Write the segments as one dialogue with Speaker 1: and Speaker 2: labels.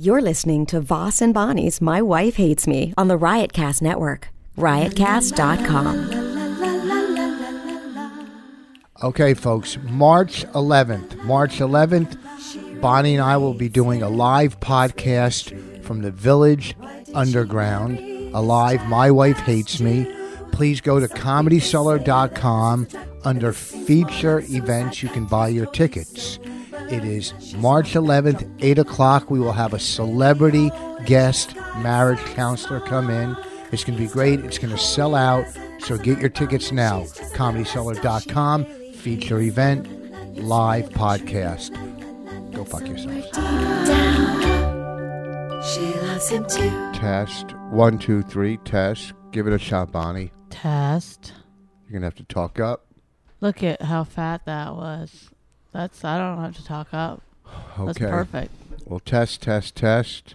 Speaker 1: You're listening to Voss and Bonnie's My Wife Hates Me on the Riotcast Network, riotcast.com.
Speaker 2: Okay, folks, March 11th. March 11th, Bonnie and I will be doing a live podcast from the Village Underground. Alive, My Wife Hates Me. Please go to comedyseller.com. Under feature events, you can buy your tickets. It is March 11th, 8 o'clock. We will have a celebrity guest marriage counselor come in. It's going to be great. It's going to sell out. So get your tickets now. ComedySeller.com, feature event, live podcast. Go fuck yourself.
Speaker 3: She loves him too.
Speaker 2: Test. One, two, three. Test. Give it a shot, Bonnie.
Speaker 4: Test.
Speaker 2: You're going to have to talk up.
Speaker 4: Look at how fat that was. That's I don't have to talk up.
Speaker 2: Okay.
Speaker 4: That's perfect.
Speaker 2: Well, test, test, test.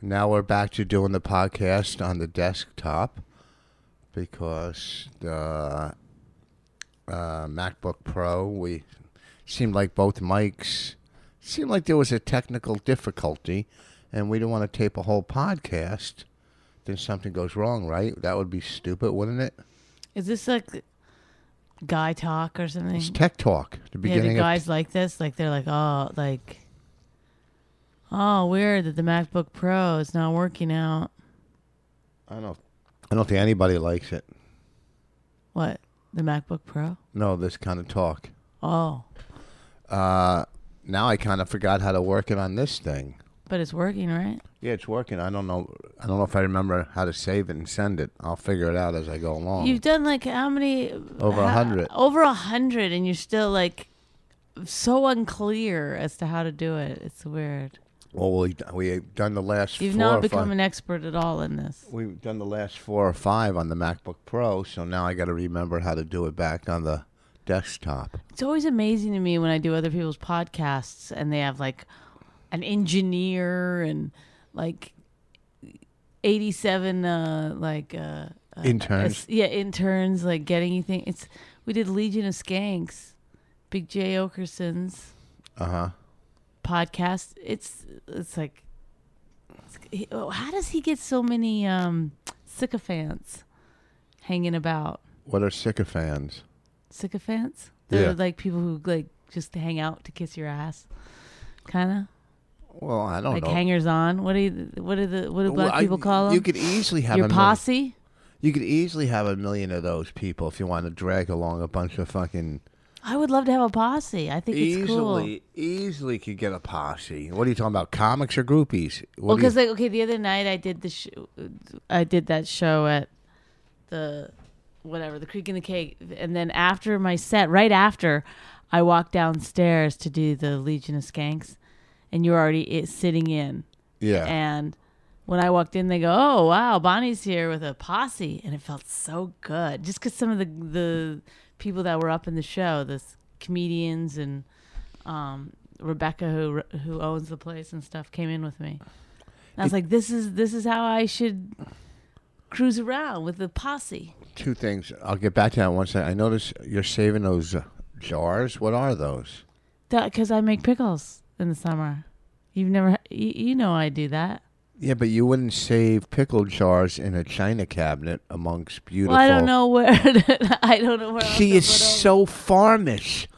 Speaker 2: Now we're back to doing the podcast on the desktop because the uh, MacBook Pro, we seemed like both mics seemed like there was a technical difficulty, and we didn't want to tape a whole podcast. Then something goes wrong, right? That would be stupid, wouldn't it?
Speaker 4: Is this like guy talk or something?
Speaker 2: It's tech talk. The
Speaker 4: Yeah,
Speaker 2: beginning of
Speaker 4: do guys like this? Like they're like, oh, like, oh, weird that the MacBook Pro is not working out.
Speaker 2: I don't. I don't think anybody likes it.
Speaker 4: What the MacBook Pro?
Speaker 2: No, this kind of talk.
Speaker 4: Oh,
Speaker 2: Uh, Now I kind of forgot how to work it on this thing.
Speaker 4: but it's working, right?
Speaker 2: Yeah, it's working. I don't know. I don't know if I remember how to save it and send it. I'll figure it out as I go along.
Speaker 4: You've done like how many?
Speaker 2: Oh. Over a
Speaker 4: ho-
Speaker 2: hundred.
Speaker 4: Over a hundred, and you're still like so unclear as to how to do it. It's weird.
Speaker 2: well, we we done the last.
Speaker 4: You've
Speaker 2: four
Speaker 4: not
Speaker 2: or
Speaker 4: become
Speaker 2: five.
Speaker 4: an expert at all in this.
Speaker 2: We've done the last four or five on the MacBook Pro, so now I got to remember how to do it back on the desktop.
Speaker 4: It's always amazing to me when I do other people's podcasts and they have like an engineer and like 87 uh like uh
Speaker 2: Interns.
Speaker 4: s- yeah interns like getting anything it's we did Legion of Skanks Big J Okerson's
Speaker 2: Uh huh.
Speaker 4: podcast it's it's like it's- he- oh, how does he get so many um sycophants hanging about
Speaker 2: What are sycophants?
Speaker 4: sycophants. They're
Speaker 2: Yeah.
Speaker 4: like people who like just hang out to kiss your ass, kind
Speaker 2: Well, I
Speaker 4: of
Speaker 2: don't
Speaker 4: like
Speaker 2: know.
Speaker 4: hangers on. What do you, what do the what do
Speaker 2: Oh, Well,
Speaker 4: black
Speaker 2: I-
Speaker 4: people call them?
Speaker 2: You could easily have
Speaker 4: your
Speaker 2: a mil-
Speaker 4: posse.
Speaker 2: You could easily have a million of those people if you want to drag along a bunch of fucking.
Speaker 4: I would love to have a posse. I think it's cool.
Speaker 2: easily, easily could get a posse. What are you talking about? Comics or groupies? What do
Speaker 4: Well,
Speaker 2: you-
Speaker 4: because like okay, the other night I did the sh- I did that show at the whatever the creek in the cake, and then after my set, right after, I walked downstairs to do the Legion of Skanks, and you're already i sitting in.
Speaker 2: yeah,
Speaker 4: And when I walked in, they go, "Oh wow, Bonnie's here with a posse," and it felt so good. Just because some of the the people that were up in the show, the s- comedians and um, Rebecca who r- who owns the place and stuff, came in with me. And I was like, "This is this is how I should cruise around with the posse."
Speaker 2: two things. I'll get back to that in one second. I notice you're saving those uh, jars. What are those?
Speaker 4: Because I make pickles in the summer. You've never, you, you know, I do that.
Speaker 2: Yeah, but you wouldn't save pickle jars in a china cabinet amongst beautiful.
Speaker 4: Well, I don't know where. I don't know where. else
Speaker 2: She
Speaker 4: to
Speaker 2: is
Speaker 4: put 'em.
Speaker 2: so farmish.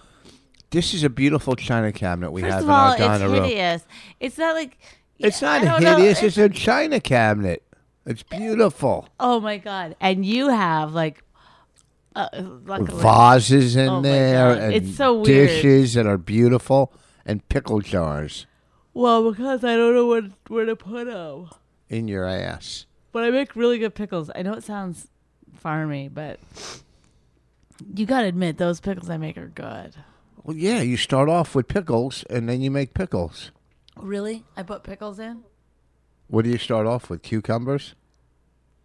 Speaker 2: This is a beautiful china cabinet we
Speaker 4: First
Speaker 2: have
Speaker 4: of all,
Speaker 2: in our
Speaker 4: it's
Speaker 2: diner room.
Speaker 4: hideous. It's not like
Speaker 2: It's
Speaker 4: I
Speaker 2: not
Speaker 4: don't know.
Speaker 2: hideous. It's a china cabinet. It's beautiful.
Speaker 4: oh my god! And you have like, uh, luckily,
Speaker 2: vases in
Speaker 4: Oh my
Speaker 2: there
Speaker 4: God.
Speaker 2: and
Speaker 4: It's so weird.
Speaker 2: dishes that are beautiful and pickle jars
Speaker 4: well, because I don't know where where to put them.
Speaker 2: in your ass.
Speaker 4: But I make really good pickles. I know it sounds farmy, but you gotta admit those pickles I make are good.
Speaker 2: Well, yeah, you start off with pickles and then you make pickles.
Speaker 4: Really, I put pickles in.
Speaker 2: What do you start off with? Cucumbers?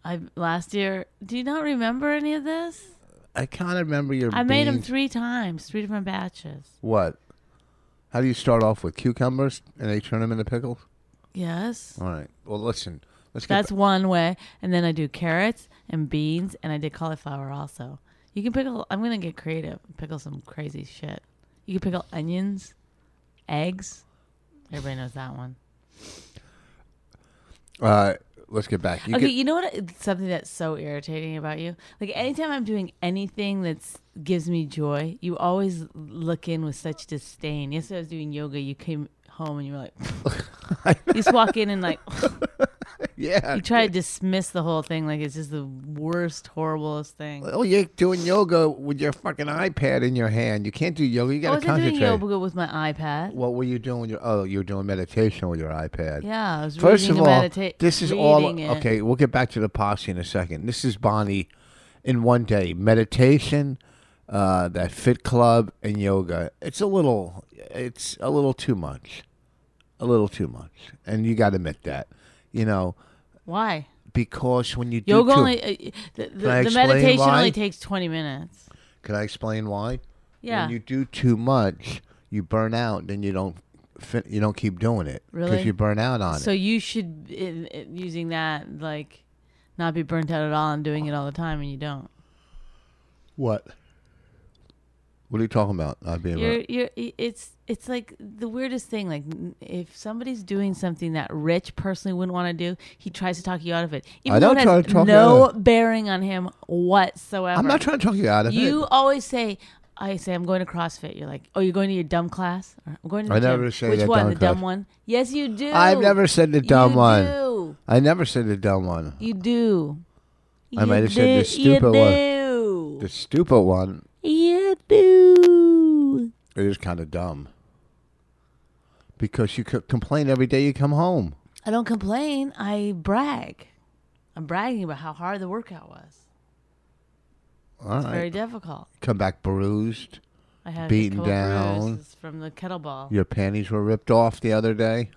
Speaker 4: I last year. Do you not remember any of this?
Speaker 2: I can't remember your.
Speaker 4: I made them
Speaker 2: beans.
Speaker 4: three times, three different batches.
Speaker 2: What? How do you start off with cucumbers and they turn them into pickles?
Speaker 4: Yes.
Speaker 2: All right. Well, listen. Let's get.
Speaker 4: That's one way. And then I do carrots and beans, and I did cauliflower also. You can pickle. I'm gonna get creative. and Pickle some crazy shit. You can pickle onions, eggs. Everybody knows that one.
Speaker 2: Uh, let's get back. You
Speaker 4: okay,
Speaker 2: get-
Speaker 4: you know what? It's something that's so irritating about you. Like anytime I'm doing anything that's gives me joy, you always look in with such disdain. Yesterday I was doing yoga. You came home and you were like, you just walk in and like
Speaker 2: yeah.
Speaker 4: you try to dismiss the whole thing. Like it's just the worst, horriblest thing.
Speaker 2: Oh, you're doing yoga with your fucking iPad in your hand. You can't do yoga. You
Speaker 4: I
Speaker 2: got to
Speaker 4: wasn't doing
Speaker 2: concentrate.
Speaker 4: yoga with my iPad.
Speaker 2: What were you doing? With your, oh, you were doing meditation with your iPad.
Speaker 4: Yeah, I was
Speaker 2: First
Speaker 4: reading
Speaker 2: of
Speaker 4: a
Speaker 2: all,
Speaker 4: medita-
Speaker 2: this is all
Speaker 4: reading it.
Speaker 2: okay. We'll get back to the posse in a second. This is Bonnie in one day meditation, uh, that fit club, and yoga. It's a little, it's a little too much, a little too much, and you got to admit that, you know,
Speaker 4: Why?
Speaker 2: because when you do
Speaker 4: Yoga
Speaker 2: too-
Speaker 4: only uh, the,
Speaker 2: I
Speaker 4: the, the
Speaker 2: explain
Speaker 4: meditation
Speaker 2: why?
Speaker 4: only takes twenty minutes.
Speaker 2: Can I explain why?
Speaker 4: Yeah.
Speaker 2: When you do too much, you burn out. Then you don't fin- you don't keep doing it
Speaker 4: Really?
Speaker 2: you burn out on
Speaker 4: So
Speaker 2: it.
Speaker 4: you should in, in- using that like not be burnt out at all and doing it all the time, and you don't.
Speaker 2: What? What are you talking about? Not being
Speaker 4: You're, you're, i- it's it's like the weirdest thing. Like n- if somebody's doing something that Rich personally wouldn't want to do, he tries to talk you out of it. Even
Speaker 2: I
Speaker 4: though
Speaker 2: don't
Speaker 4: it
Speaker 2: try
Speaker 4: has
Speaker 2: to talk you
Speaker 4: no
Speaker 2: out
Speaker 4: bearing on him whatsoever.
Speaker 2: I'm not trying to talk you out of
Speaker 4: You
Speaker 2: it.
Speaker 4: always say, I say, I'm going to CrossFit. You're like, oh, you're going to your dumb class? Or, I'm going to the
Speaker 2: I
Speaker 4: gym."
Speaker 2: never say
Speaker 4: Which
Speaker 2: that
Speaker 4: one?
Speaker 2: dumb
Speaker 4: the
Speaker 2: class.
Speaker 4: dumb one? Yes, you do.
Speaker 2: I've never said the dumb
Speaker 4: you
Speaker 2: one.
Speaker 4: Do.
Speaker 2: I never said the dumb one.
Speaker 4: You do.
Speaker 2: I might
Speaker 4: You
Speaker 2: have said the
Speaker 4: do-
Speaker 2: stupid one.
Speaker 4: you
Speaker 2: The stupid one
Speaker 4: Do. You do.
Speaker 2: it is kind of dumb because you c- complain every day you come home.
Speaker 4: I don't complain. I brag. I'm bragging about how hard the workout was.
Speaker 2: All
Speaker 4: It's very
Speaker 2: right,
Speaker 4: difficult.
Speaker 2: come back bruised.
Speaker 4: I had
Speaker 2: Beaten
Speaker 4: a couple
Speaker 2: down.
Speaker 4: bruises from the kettlebell.
Speaker 2: Your panties were ripped off the other day.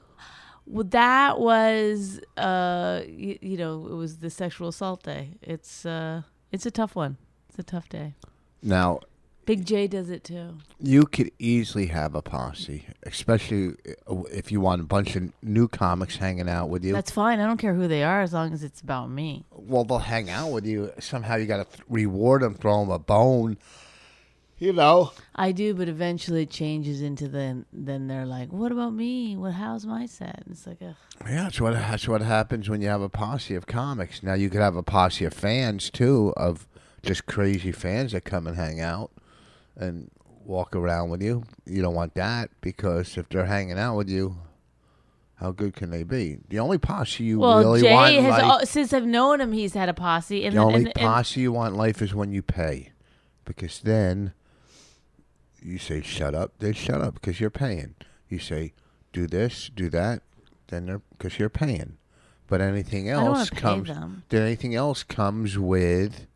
Speaker 4: Well, that was, uh, you, you know, it was the sexual assault day. It's, uh, it's a tough one. It's a tough day.
Speaker 2: Now
Speaker 4: Big J does it too.
Speaker 2: you could easily have a posse, especially uh, if you want a bunch of new comics hanging out with you.
Speaker 4: That's fine. I don't care who they are as long as it's about me.
Speaker 2: well, they'll hang out with you. Somehow you got to th- reward them, throw them a bone. You know,
Speaker 4: I do, but eventually it changes into then. Then they're like, "What about me? What? How's my set?" And it's like, ugh.
Speaker 2: yeah, that's what that's what happens when you have a posse of comics. Now you could have a posse of fans too, of just crazy fans that come and hang out and walk around with you. You don't want that because if they're hanging out with you, how good can they be? The only posse you
Speaker 4: Well,
Speaker 2: really
Speaker 4: Jay
Speaker 2: want, in
Speaker 4: has
Speaker 2: life-
Speaker 4: al- since I've known him, he's had a posse. And
Speaker 2: The
Speaker 4: then-
Speaker 2: only
Speaker 4: and, and-
Speaker 2: posse you want in life is when you pay, because then you say shut up, they shut up because you're paying. You say do this, do that, then they're because you're paying. But anything
Speaker 4: don't wanna
Speaker 2: else
Speaker 4: pay
Speaker 2: comes.
Speaker 4: them.
Speaker 2: Then anything else comes with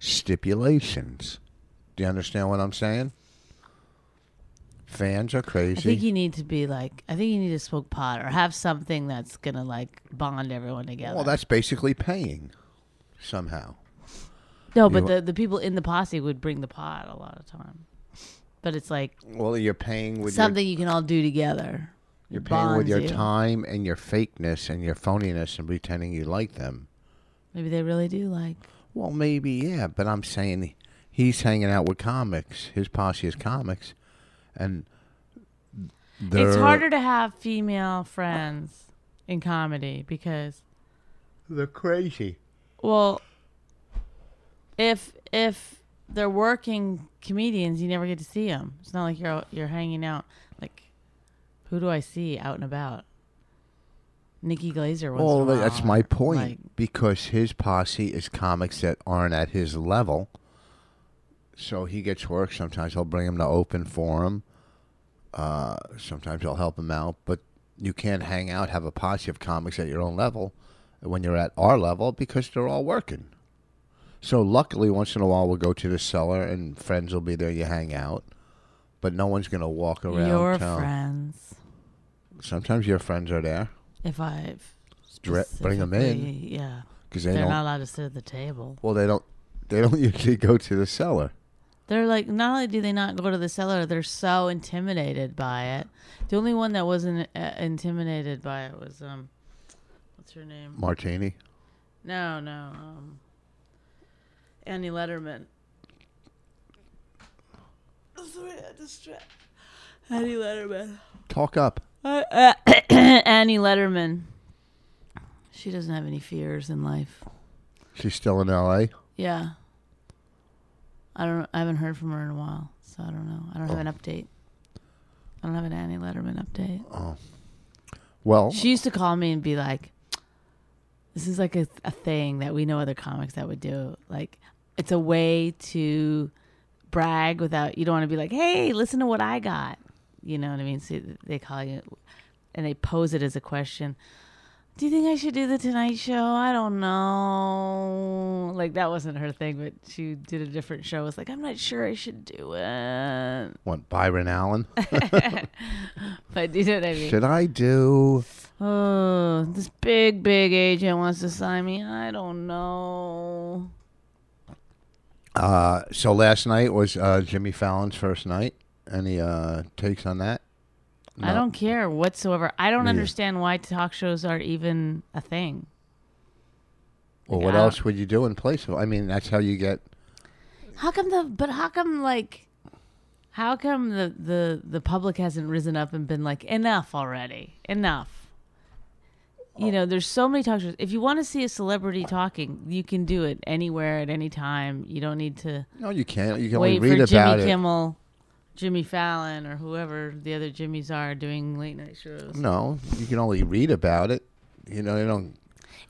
Speaker 2: stipulations. Do you understand what I'm saying? Fans are
Speaker 4: I
Speaker 2: crazy.
Speaker 4: think you need to be like, I think you need to smoke pot or have something that's gonna like bond everyone together.
Speaker 2: well, that's basically paying, somehow.
Speaker 4: No, but
Speaker 2: You-
Speaker 4: the, the people in the posse would bring the pot a lot of time. But it's like
Speaker 2: Well, you're paying with your
Speaker 4: something you can all do together.
Speaker 2: You're
Speaker 4: It
Speaker 2: paying with
Speaker 4: bonds
Speaker 2: your
Speaker 4: you.
Speaker 2: time and your fakeness and your phoniness and pretending you like them.
Speaker 4: Maybe they really do like.
Speaker 2: Well, maybe, yeah, but I'm saying he's hanging out with comics. His posse is comics. And
Speaker 4: It's
Speaker 2: they're-
Speaker 4: harder to have female friends in comedy because,
Speaker 2: They're crazy.
Speaker 4: well, if if they're working comedians, you never get to see them. It's not like you're out- you're hanging out. Like, who do I see out and about? Nikki Glazer. Once
Speaker 2: Well,
Speaker 4: in a
Speaker 2: that's
Speaker 4: while,
Speaker 2: my
Speaker 4: or,
Speaker 2: point.
Speaker 4: like-
Speaker 2: because his posse is comics that aren't at his level. So he gets work. Sometimes he'll bring him to open for him. Uh, sometimes I'll help him out. But you can't hang out, have a posse of comics at your own level when you're at our level because they're all working. So luckily, once in a while, we'll go to the cellar and friends will be there. You hang out. But no one's going to walk around
Speaker 4: your
Speaker 2: town.
Speaker 4: friends.
Speaker 2: Sometimes your friends are there.
Speaker 4: If I've
Speaker 2: Dre- bring 'em in.
Speaker 4: specifically- yeah,
Speaker 2: 'cause they
Speaker 4: they're
Speaker 2: don't,
Speaker 4: not allowed to sit at the table.
Speaker 2: Well, they don't. They don't usually go to the cellar.
Speaker 4: They're like, not only do they not go to the cellar, they're so intimidated by it. The only one that wasn't uh, intimidated by it was um, what's her name?
Speaker 2: Martini.
Speaker 4: No, no, um, Annie Letterman. Oh, Sorry, I had to stretch. Annie Letterman.
Speaker 2: Talk up.
Speaker 4: Uh, uh, Annie Letterman. She doesn't have any fears in life.
Speaker 2: She's still in L.A.
Speaker 4: Yeah. I don't. I haven't heard from her in a while, so I don't know. I don't have an update. I don't have an Annie Letterman update.
Speaker 2: Well,
Speaker 4: She used to call me and be like, "This is like a, a thing that we know other comics that would do. Like, it's a way to brag without you don't want to be like, hey, listen to what I got. You know what I mean? So they call you and they pose it as a question. Do you think I should do the Tonight Show? I don't know. Like that wasn't her thing, but she did a different show. It's like I'm not sure I should do it,
Speaker 2: what Byron Allen?
Speaker 4: but you know what I mean.
Speaker 2: Should I do?
Speaker 4: Oh, this big, big agent wants to sign me. I don't know.
Speaker 2: Uh, so last night was uh, Jimmy Fallon's first night. Any uh, takes on that?
Speaker 4: I
Speaker 2: No.
Speaker 4: don't care whatsoever. I don't
Speaker 2: Me neither.
Speaker 4: understand why talk shows are even a thing.
Speaker 2: Well, what
Speaker 4: Yeah.
Speaker 2: else would you do in place of? I mean, that's how you get.
Speaker 4: How come the? But how come like? How come the the the public hasn't risen up and been like enough already? Enough. You know, there's so many talk shows. If you want to see a celebrity talking, you can do it anywhere at any time. You don't need to.
Speaker 2: No, you can't. You can
Speaker 4: wait
Speaker 2: only read
Speaker 4: for
Speaker 2: about
Speaker 4: Jimmy
Speaker 2: it.
Speaker 4: Kimmel, Jimmy Fallon, or whoever the other Jimmys are doing late night shows.
Speaker 2: No, you can only read about it. You know, you don't.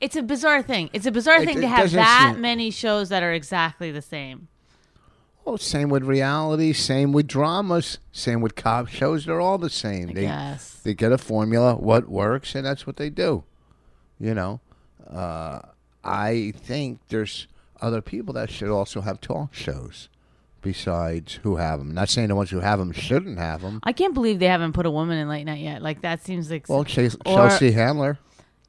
Speaker 4: It's a bizarre thing. It's a bizarre
Speaker 2: It-
Speaker 4: thing
Speaker 2: it
Speaker 4: to have
Speaker 2: doesn't
Speaker 4: that
Speaker 2: seem-
Speaker 4: many shows that are exactly the same.
Speaker 2: Oh, same with reality. Same with dramas. Same with cop shows. They're all the same. they
Speaker 4: guess.
Speaker 2: they get a formula, what works, and that's what they do. You know, uh, I think there's other people that should also have talk shows besides who have them. Not saying the ones who have them shouldn't have them.
Speaker 4: I can't believe they haven't put a woman in late night yet. Like that seems like
Speaker 2: Well, Chase,
Speaker 4: Or-
Speaker 2: Chelsea Handler,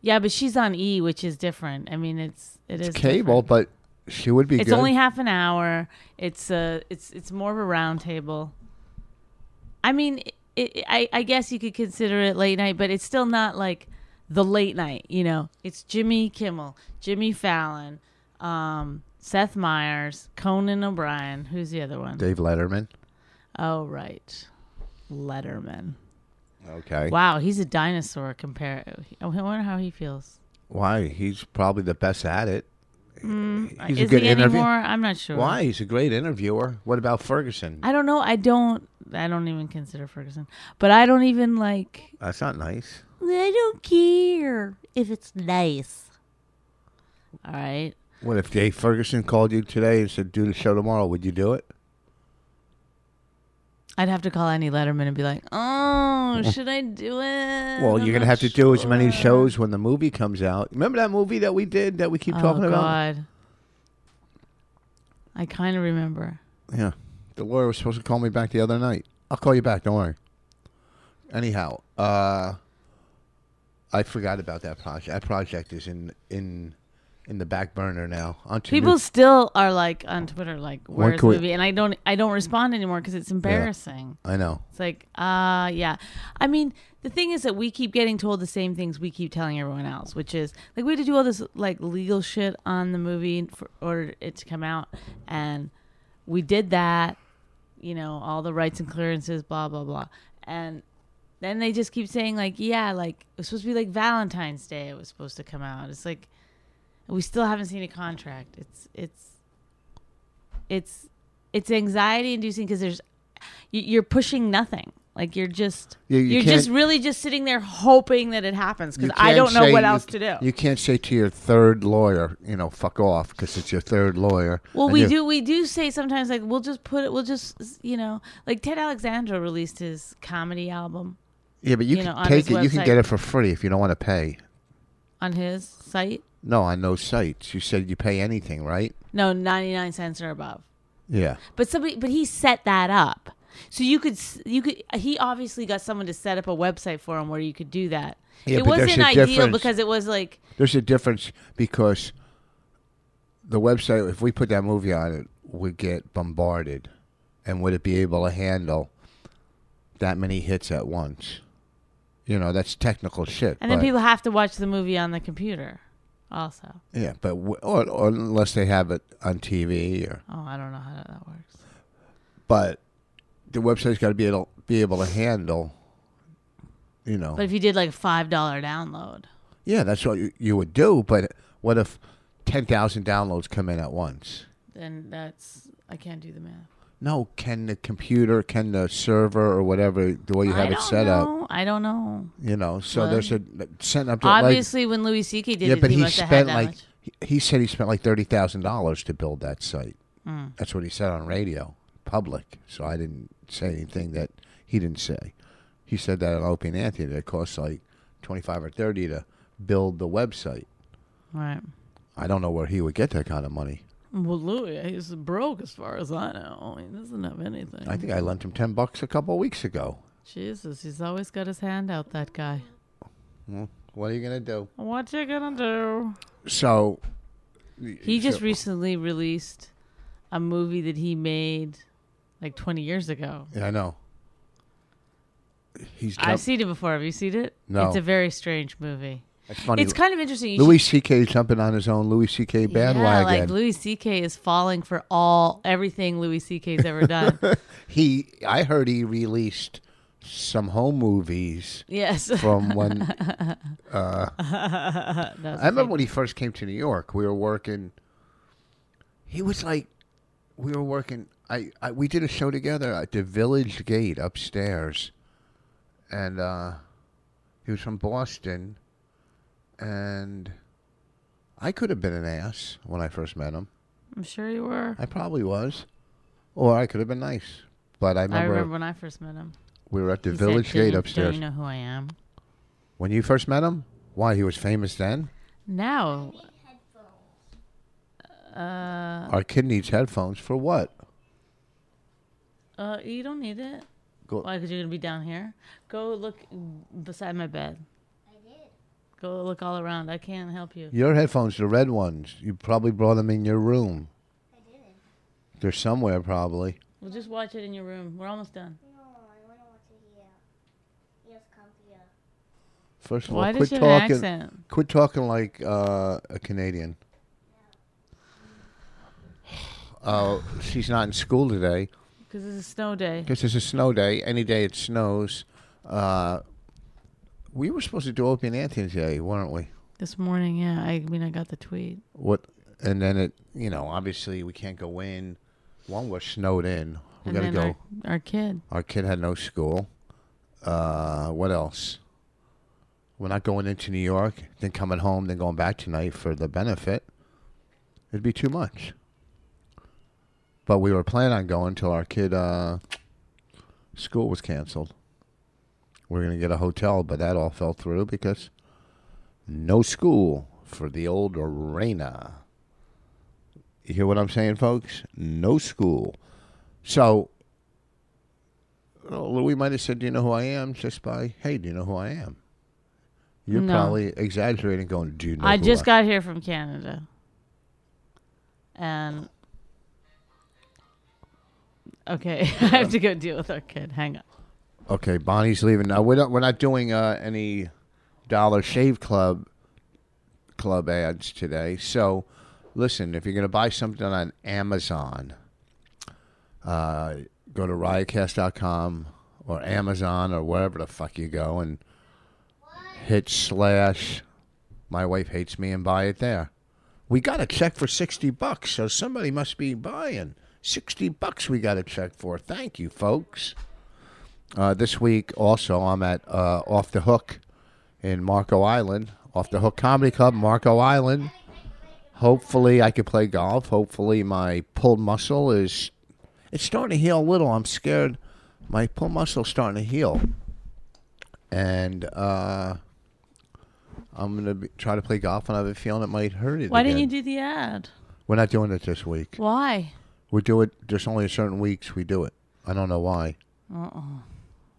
Speaker 4: yeah, but she's on E, which is different. I mean, it's it is
Speaker 2: cable,
Speaker 4: different.
Speaker 2: but she would be
Speaker 4: It's
Speaker 2: good.
Speaker 4: only half an hour. It's uh it's it's more of a round table. I mean, it, it, I I guess you could consider it late night, but it's still not like the late night. You know, it's Jimmy Kimmel, Jimmy Fallon, um, Seth Meyers, Conan O'Brien. Who's the other one?
Speaker 2: Dave Letterman.
Speaker 4: oh right, Letterman.
Speaker 2: Okay.
Speaker 4: Wow, he's a dinosaur. Compare. I wonder how he feels.
Speaker 2: Why? He's probably the best at it. He's
Speaker 4: Mm, Is
Speaker 2: a good
Speaker 4: he
Speaker 2: interview.
Speaker 4: anymore? I'm not sure.
Speaker 2: Why? He's a great interviewer. What about Ferguson?
Speaker 4: I don't know. I don't. I don't even consider Ferguson. But I don't even like.
Speaker 2: That's not nice.
Speaker 4: I don't care if it's nice. All right.
Speaker 2: What if Dave Ferguson called you today and said, do the show tomorrow? Would you do it?
Speaker 4: I'd have to call Annie Letterman and be like, "Oh, should I do it?"
Speaker 2: Well,
Speaker 4: I'm
Speaker 2: you're gonna
Speaker 4: not
Speaker 2: have to do as many
Speaker 4: sure."
Speaker 2: shows when the movie comes out. Remember that movie that we did that we keep
Speaker 4: Oh
Speaker 2: talking about?
Speaker 4: God. I kind of remember.
Speaker 2: Yeah. The lawyer was supposed to call me back the other night. I'll call you back, don't worry. Anyhow, uh I forgot about that project. That project is in in in the back burner now. Onto
Speaker 4: People still are like on Twitter, like,
Speaker 2: When
Speaker 4: "Where's the
Speaker 2: can we-
Speaker 4: movie?" And I don't, I don't respond anymore because it's embarrassing.
Speaker 2: I know.
Speaker 4: It's like, ah, yeah. I mean, the thing is that we keep getting told the same things we keep telling everyone else, which is like we had to do all this like legal shit on the movie for order it to come out, and we did that. You know, all the rights and clearances, blah blah blah, and then they just keep saying like, yeah, like it was supposed to be like Valentine's Day. It was supposed to come out. It's like we still haven't seen a contract. It's it's it's it's anxiety inducing because there's you- you're pushing nothing. Like you're just
Speaker 2: You-
Speaker 4: you,
Speaker 2: you
Speaker 4: are just
Speaker 2: can't-
Speaker 4: really just sitting there hoping that it happens because
Speaker 2: You
Speaker 4: I
Speaker 2: can't
Speaker 4: don't know
Speaker 2: say
Speaker 4: what
Speaker 2: you-
Speaker 4: else to do.
Speaker 2: You can't say to your third lawyer, you know, fuck off, because it's your third lawyer.
Speaker 4: well,
Speaker 2: And
Speaker 4: we
Speaker 2: you-
Speaker 4: do we do say sometimes like we'll just put it we'll just you know like Ted Alexandro released his comedy album
Speaker 2: Yeah, but you,
Speaker 4: you
Speaker 2: can
Speaker 4: know, on
Speaker 2: take it.
Speaker 4: his
Speaker 2: You can
Speaker 4: website.
Speaker 2: get it for free if you don't want to pay.
Speaker 4: on his site.
Speaker 2: No, on those sites. You said you pay anything, right?
Speaker 4: No, ninety nine cents or above.
Speaker 2: Yeah.
Speaker 4: But somebody, but he set that up. So you could, s- you could. He obviously got someone to set up a website for him where you could do that.
Speaker 2: Yeah,
Speaker 4: it
Speaker 2: but there's
Speaker 4: wasn't
Speaker 2: a
Speaker 4: ideal
Speaker 2: difference.
Speaker 4: because it was like
Speaker 2: There's a difference because the website, if we put that movie on it, would get bombarded. And would it be able to handle that many hits at once? You know, that's technical shit.
Speaker 4: and then
Speaker 2: but-
Speaker 4: people have to watch the movie on the computer. Also,
Speaker 2: Yeah, but w- or, or unless they have it on TV or.
Speaker 4: oh, I don't know how that works.
Speaker 2: But the website's got to be able, be able to handle, you know.
Speaker 4: But if you did like a five dollar download,
Speaker 2: yeah, that's what you, you would do. But what if ten thousand downloads come in at once?
Speaker 4: then that's I can't do the math.
Speaker 2: No, can the computer, can the server, or whatever the way you have
Speaker 4: I
Speaker 2: it
Speaker 4: don't
Speaker 2: set up,
Speaker 4: know. I don't know.
Speaker 2: you know? So there's a setting up. the- like-
Speaker 4: Obviously, when Louis C.K. did
Speaker 2: yeah,
Speaker 4: it,
Speaker 2: but
Speaker 4: he,
Speaker 2: he
Speaker 4: must have had
Speaker 2: spent
Speaker 4: that
Speaker 2: like
Speaker 4: much.
Speaker 2: he- he said he spent like thirty thousand dollars to build that site.
Speaker 4: Hmm.
Speaker 2: That's what he said on radio, public. So I didn't say anything that he didn't say. He said that at Opie and Anthony, that it costs like twenty five or thirty to build the website.
Speaker 4: Right.
Speaker 2: I don't know where he would get that kind of money.
Speaker 4: Well, Louis, he's broke as far as I know. He doesn't have anything.
Speaker 2: I think I lent him ten bucks a couple of weeks ago.
Speaker 4: Jesus, he's always got his hand out. That guy.
Speaker 2: What are you gonna do?
Speaker 4: What you gonna do?
Speaker 2: So
Speaker 4: He just
Speaker 2: So-
Speaker 4: recently released a movie that he made like 20 years ago.
Speaker 2: yeah, I know. He's
Speaker 4: I've seen it before. Have you seen it?
Speaker 2: No.
Speaker 4: It's a very strange movie.
Speaker 2: that's funny.
Speaker 4: It's kind of interesting. You
Speaker 2: Louis C.K. jumping on his own Louis C.K.
Speaker 4: should- Yeah,
Speaker 2: bandwagon.
Speaker 4: like Louis C.K. is falling for all everything Louis C.K.'s ever done.
Speaker 2: He, I heard he released some home movies
Speaker 4: yes.
Speaker 2: from when
Speaker 4: That's
Speaker 2: I remember when he first came to New York. We were working. He was like, we were working. I, I we did a show together at the Village Gate upstairs, and uh, he was from Boston, and I could have been an ass when I first met him.
Speaker 4: I'm sure you were.
Speaker 2: I probably was, or I could have been nice. But I
Speaker 4: I
Speaker 2: remember,
Speaker 4: remember when I first met him.
Speaker 2: we were at the
Speaker 4: He said,
Speaker 2: Village
Speaker 4: "Don't
Speaker 2: Gate
Speaker 4: you-
Speaker 2: upstairs.
Speaker 4: Don't you know who I am?
Speaker 2: When you first met him, why he was famous then?
Speaker 4: Now,
Speaker 2: Our kid needs headphones for what?
Speaker 4: uh, you don't need it.
Speaker 2: Go,
Speaker 4: Why? Because you're gonna be down here. Go look beside my bed. I did. Go look all around. I can't help you.
Speaker 2: your headphones, the red ones. You probably brought them in your room. They're somewhere probably.
Speaker 4: We'll just watch it in your room. We're almost done.
Speaker 5: No, I want to watch it here. Yes, come here.
Speaker 2: First of
Speaker 4: Why
Speaker 2: all, quit
Speaker 4: does she have
Speaker 2: talking.
Speaker 4: an accent?
Speaker 2: Quit talking like uh, a Canadian. Oh, she's not in school today
Speaker 4: Because it's a snow day.
Speaker 2: because it's a snow day. Any day it snows. Uh, we were supposed to do Opie and Anthony today, weren't we?
Speaker 4: This morning, yeah. I mean, I got the tweet.
Speaker 2: What? And then it, you know, obviously we can't go in. One, we're snowed in. We got
Speaker 4: and
Speaker 2: to
Speaker 4: then
Speaker 2: go.
Speaker 4: Our, our kid.
Speaker 2: Our kid had no school. Uh, what else? We're not going into New York, then coming home, then going back tonight for the benefit. It'd be too much. But we were planning on going till our kid uh, school was canceled. We were are gonna get a hotel, but that all fell through because no school for the old Reina. You hear what I'm saying, folks? No school. So well, Louis might have said, "Do you know who I am?" Just by, "Hey, do you know who I am?" You're
Speaker 4: No.
Speaker 2: probably exaggerating, going, "Do you know?"
Speaker 4: I
Speaker 2: who
Speaker 4: just got here from Canada. And. Okay, I have to go deal with our kid. Hang on.
Speaker 2: Okay, Bonnie's leaving now. We're not we're not doing uh, any Dollar Shave Club club ads today. So, listen, if you're going to buy something on Amazon, uh, go to riotcast.com or Amazon or wherever the fuck you go and hit slash. My wife hates me and buy it there. We got a check for sixty bucks, so somebody must be buying. Sixty bucks we got a check for. Thank you, folks. Uh, this week, also, I'm at uh, Off the Hook in Marco Island, Off the Hook Comedy Club, Marco Island. Hopefully, I could play golf. Hopefully, my pulled muscle is it's starting to heal a little. I'm scared. My pulled muscle's starting to heal, and uh, I'm gonna be, try to play golf. And I have a feeling it might hurt it.
Speaker 4: Why didn't you
Speaker 2: again.
Speaker 4: do the ad?
Speaker 2: We're not doing it this week.
Speaker 4: Why?
Speaker 2: We do it. There's only certain weeks we do it. I don't know why.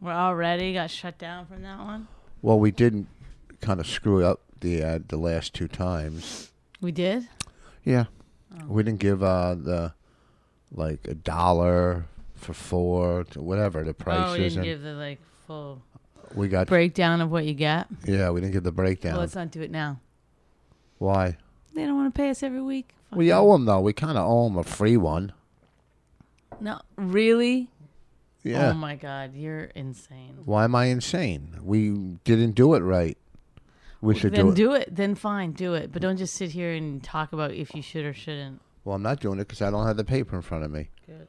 Speaker 4: We're already got shut down from that one.
Speaker 2: Well, we didn't kind of screw up the uh, the last two times.
Speaker 4: We did.
Speaker 2: Yeah,
Speaker 4: Oh.
Speaker 2: we didn't give uh, the like a dollar for four, to whatever the prices.
Speaker 4: Oh, we didn't
Speaker 2: and
Speaker 4: give the like full
Speaker 2: we got
Speaker 4: breakdown of what you get.
Speaker 2: yeah, we didn't give the breakdown.
Speaker 4: Well, let's not do it now.
Speaker 2: why?
Speaker 4: They don't want to pay us every week. Fuck.
Speaker 2: We owe them though. We kind of owe them a free one.
Speaker 4: No, really?
Speaker 2: Yeah.
Speaker 4: Oh my God, you're insane.
Speaker 2: Why am I insane? We didn't do it right. We should
Speaker 4: then
Speaker 2: do it.
Speaker 4: do it. Then fine, do it. But don't just sit here and talk about if you should or shouldn't.
Speaker 2: well, I'm not doing it because I don't have the paper in front of me.
Speaker 4: Good.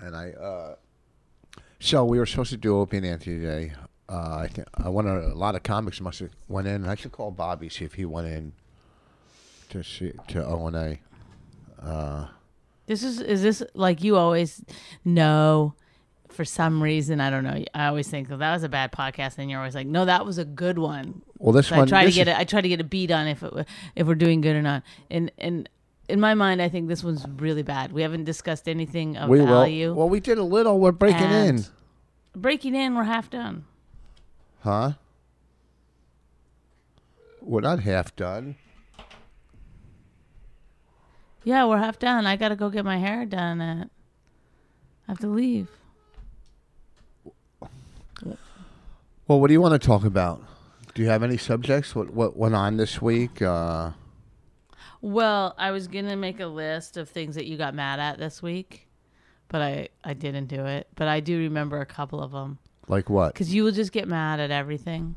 Speaker 2: and I. Uh, so we were supposed to do Opie and Anthony today. Uh, I think I wonder a lot of comics must have went in. I should call Bobby see if he went in to see to O and A. Uh,
Speaker 4: This is is this like you always know for some reason I don't know. I always think well, that was a bad podcast, and you're always like, no, that was a good one.
Speaker 2: Well, this
Speaker 4: So
Speaker 2: one
Speaker 4: I try to
Speaker 2: this
Speaker 4: get
Speaker 2: is-
Speaker 4: a, I try to get a beat on if it, wa- if we're doing good or not. And and in my mind, I think this one's really bad. We haven't discussed anything of
Speaker 2: We will.
Speaker 4: value.
Speaker 2: Well, we did a little. We're breaking in,
Speaker 4: And- Breaking in, we're half done.
Speaker 2: huh? We're not half done.
Speaker 4: Yeah, we're half done. I gotta go get my hair done. At I have to leave.
Speaker 2: Well, what do you want to talk about? Do you have any subjects? What what went on this week? Uh,
Speaker 4: Well, I was gonna make a list of things that you got mad at this week, but I I didn't do it. But I do remember a couple of them
Speaker 2: like what?
Speaker 4: because you will just get mad at everything,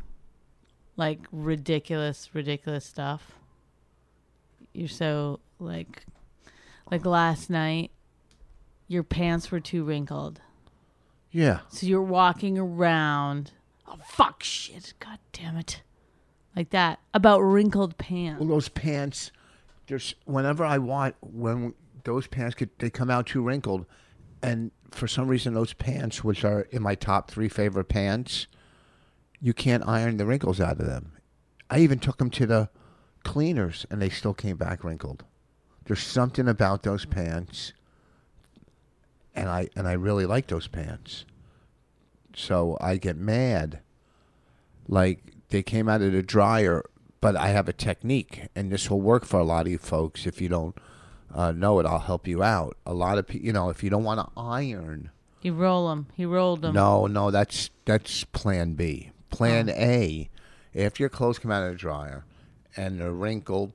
Speaker 4: like ridiculous, ridiculous stuff. You're so like, like last night, your pants were too wrinkled,
Speaker 2: Yeah.
Speaker 4: so you're walking around. Oh fuck, shit, god damn it, like that about wrinkled pants.
Speaker 2: Well, those pants, there's whenever I want when those pants could they come out too wrinkled, and for some reason those pants, which are in my top three favorite pants, you can't iron the wrinkles out of them. I even took them to the cleaners, and they still came back wrinkled. There's something about those pants, and I and I really like those pants, so I get mad like they came out of the dryer but i have a technique and this will work for a lot of you folks if you don't uh, know it i'll help you out a lot of people you know if you don't want to iron
Speaker 4: You roll them. He rolled them.
Speaker 2: no no that's that's plan b plan a after your clothes come out of the dryer and they're wrinkled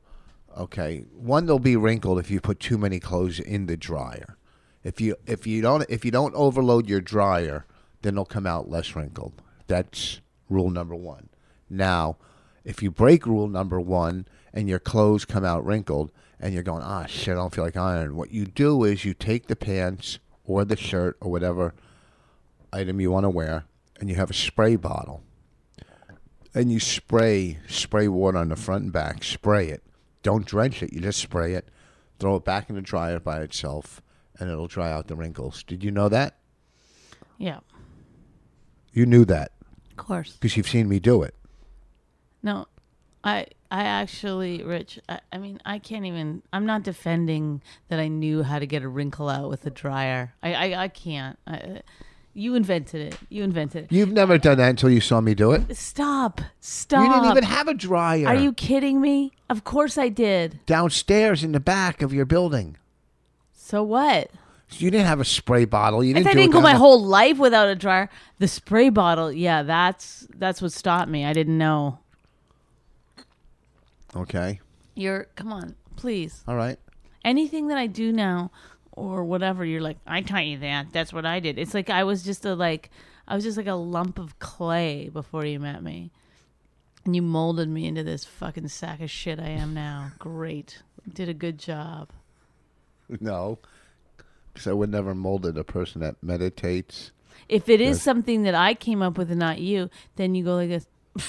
Speaker 2: okay one they'll be wrinkled if you put too many clothes in the dryer if you if you don't if you don't overload your dryer then they'll come out less wrinkled that's rule number one now if you break rule number one and your clothes come out wrinkled and you're going ah shit i don't feel like iron what you do is you take the pants or the shirt or whatever item you want to wear and you have a spray bottle and you spray spray water on the front and back spray it don't drench it you just spray it throw it back in the dryer by itself and it'll dry out the wrinkles did you know that
Speaker 4: Yeah.
Speaker 2: you knew that
Speaker 4: Of course.
Speaker 2: because you've seen me do it
Speaker 4: No, I I actually, Rich. I, I mean, I can't even. I'm not defending that I knew how to get a wrinkle out with a dryer. I I, I can't. I- I, you invented it. You invented it.
Speaker 2: you've never done that until you saw me do it
Speaker 4: Stop. Stop.
Speaker 2: you didn't even have a dryer
Speaker 4: Are you kidding me? Of course I did.
Speaker 2: downstairs in the back of your building
Speaker 4: So what?
Speaker 2: you didn't have a spray bottle you
Speaker 4: If
Speaker 2: didn't
Speaker 4: I
Speaker 2: do
Speaker 4: didn't
Speaker 2: it
Speaker 4: go
Speaker 2: down
Speaker 4: my
Speaker 2: the-
Speaker 4: whole life without a dryer, the spray bottle. Yeah, that's that's what stopped me. I didn't know.
Speaker 2: okay
Speaker 4: You're come on, please.
Speaker 2: all right
Speaker 4: anything that I do now or whatever, you're like, I taught you that. That's what I did. It's like I was just a like I was just like a lump of clay before you met me. And you molded me into this fucking sack of shit I am now. Great. Did a good job.
Speaker 2: no because i would never molded a person that meditates
Speaker 4: If it is something that I came up with and not you, then you go like this.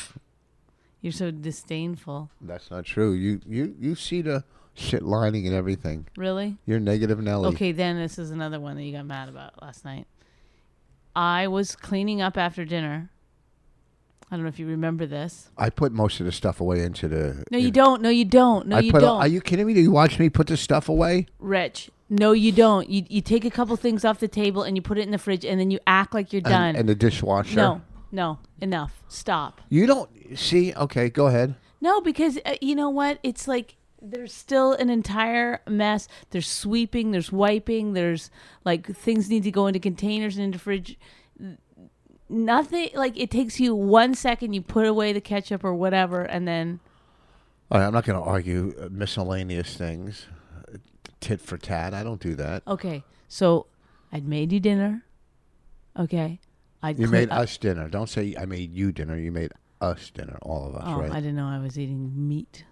Speaker 4: You're so disdainful.
Speaker 2: That's not true. You you you see the shit lining and everything.
Speaker 4: Really?
Speaker 2: You're negative Nelly.
Speaker 4: Okay, then this is another one that you got mad about last night. I was cleaning up after dinner. I don't know if you remember this.
Speaker 2: I put most of the stuff away into the.
Speaker 4: No, you don't. No, you don't. No,
Speaker 2: I
Speaker 4: you
Speaker 2: put.
Speaker 4: don't.
Speaker 2: Are you kidding me? Do you watch me put the stuff away?
Speaker 4: Rich? No, you don't. You you take a couple things off the table and you put it in the fridge and then you act like you're done.
Speaker 2: And, and the dishwasher.
Speaker 4: no, no, enough. Stop.
Speaker 2: You don't see. Okay, go ahead.
Speaker 4: No, because uh, you know what? It's like there's still an entire mess. There's sweeping, there's wiping, there's like things need to go into containers and into fridge. Nothing like it takes you one second. You put away the ketchup or whatever, and then
Speaker 2: All right, I'm not going to argue uh, miscellaneous things, uh, tit for tat. I don't do that.
Speaker 4: okay. So I'd made you dinner. Okay. uh I
Speaker 2: You made us dinner. Don't say I made you dinner. You made us dinner, all of us,
Speaker 4: Oh,
Speaker 2: right?
Speaker 4: I didn't know I was eating meat.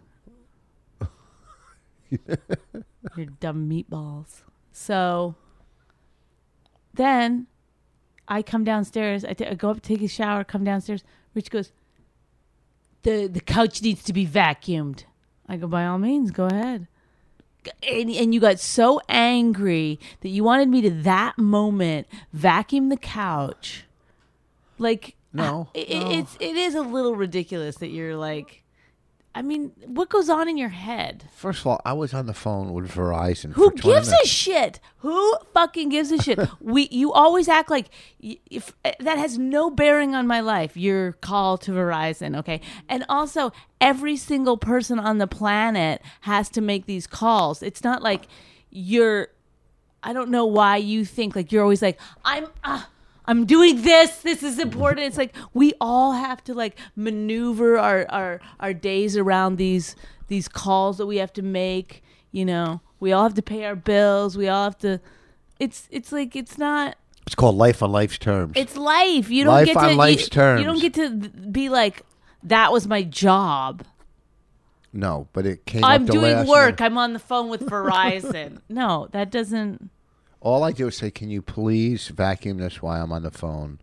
Speaker 4: Your dumb meatballs. So then I come downstairs. I ta- I go up, take a shower, come downstairs. Rich goes, the the couch needs to be vacuumed. I go, by all means, go ahead. And, and you got so angry that you wanted me to that moment vacuum the couch. Like
Speaker 2: No,
Speaker 4: I- it,
Speaker 2: no.
Speaker 4: it's it is a little ridiculous that you're like. I mean, what goes on in your head?
Speaker 2: First of all, I was on the phone with Verizon.
Speaker 4: Who
Speaker 2: for 20
Speaker 4: gives
Speaker 2: minutes.
Speaker 4: a shit? Who fucking gives a shit? we you always act like y- if eh, that has no bearing on my life. Your call to Verizon, okay? And also every single person on the planet has to make these calls. It's not like you're I don't know why you think like you're always like I'm uh, I'm doing this. This is important. It's like we all have to like maneuver our our our days around these these calls that we have to make, you know. We all have to pay our bills. We all have to it's it's like it's not
Speaker 2: It's called life on life's terms.
Speaker 4: it's life. You don't
Speaker 2: Life
Speaker 4: get
Speaker 2: on
Speaker 4: to you-
Speaker 2: life's
Speaker 4: you don't
Speaker 2: terms.
Speaker 4: get to be like that was my job.
Speaker 2: no, but it came.
Speaker 4: I'm
Speaker 2: up the
Speaker 4: doing
Speaker 2: last
Speaker 4: work.
Speaker 2: minute.
Speaker 4: I'm on the phone with Verizon. no, that doesn't
Speaker 2: All I do is say, "Can you please vacuum this while I'm on the phone?"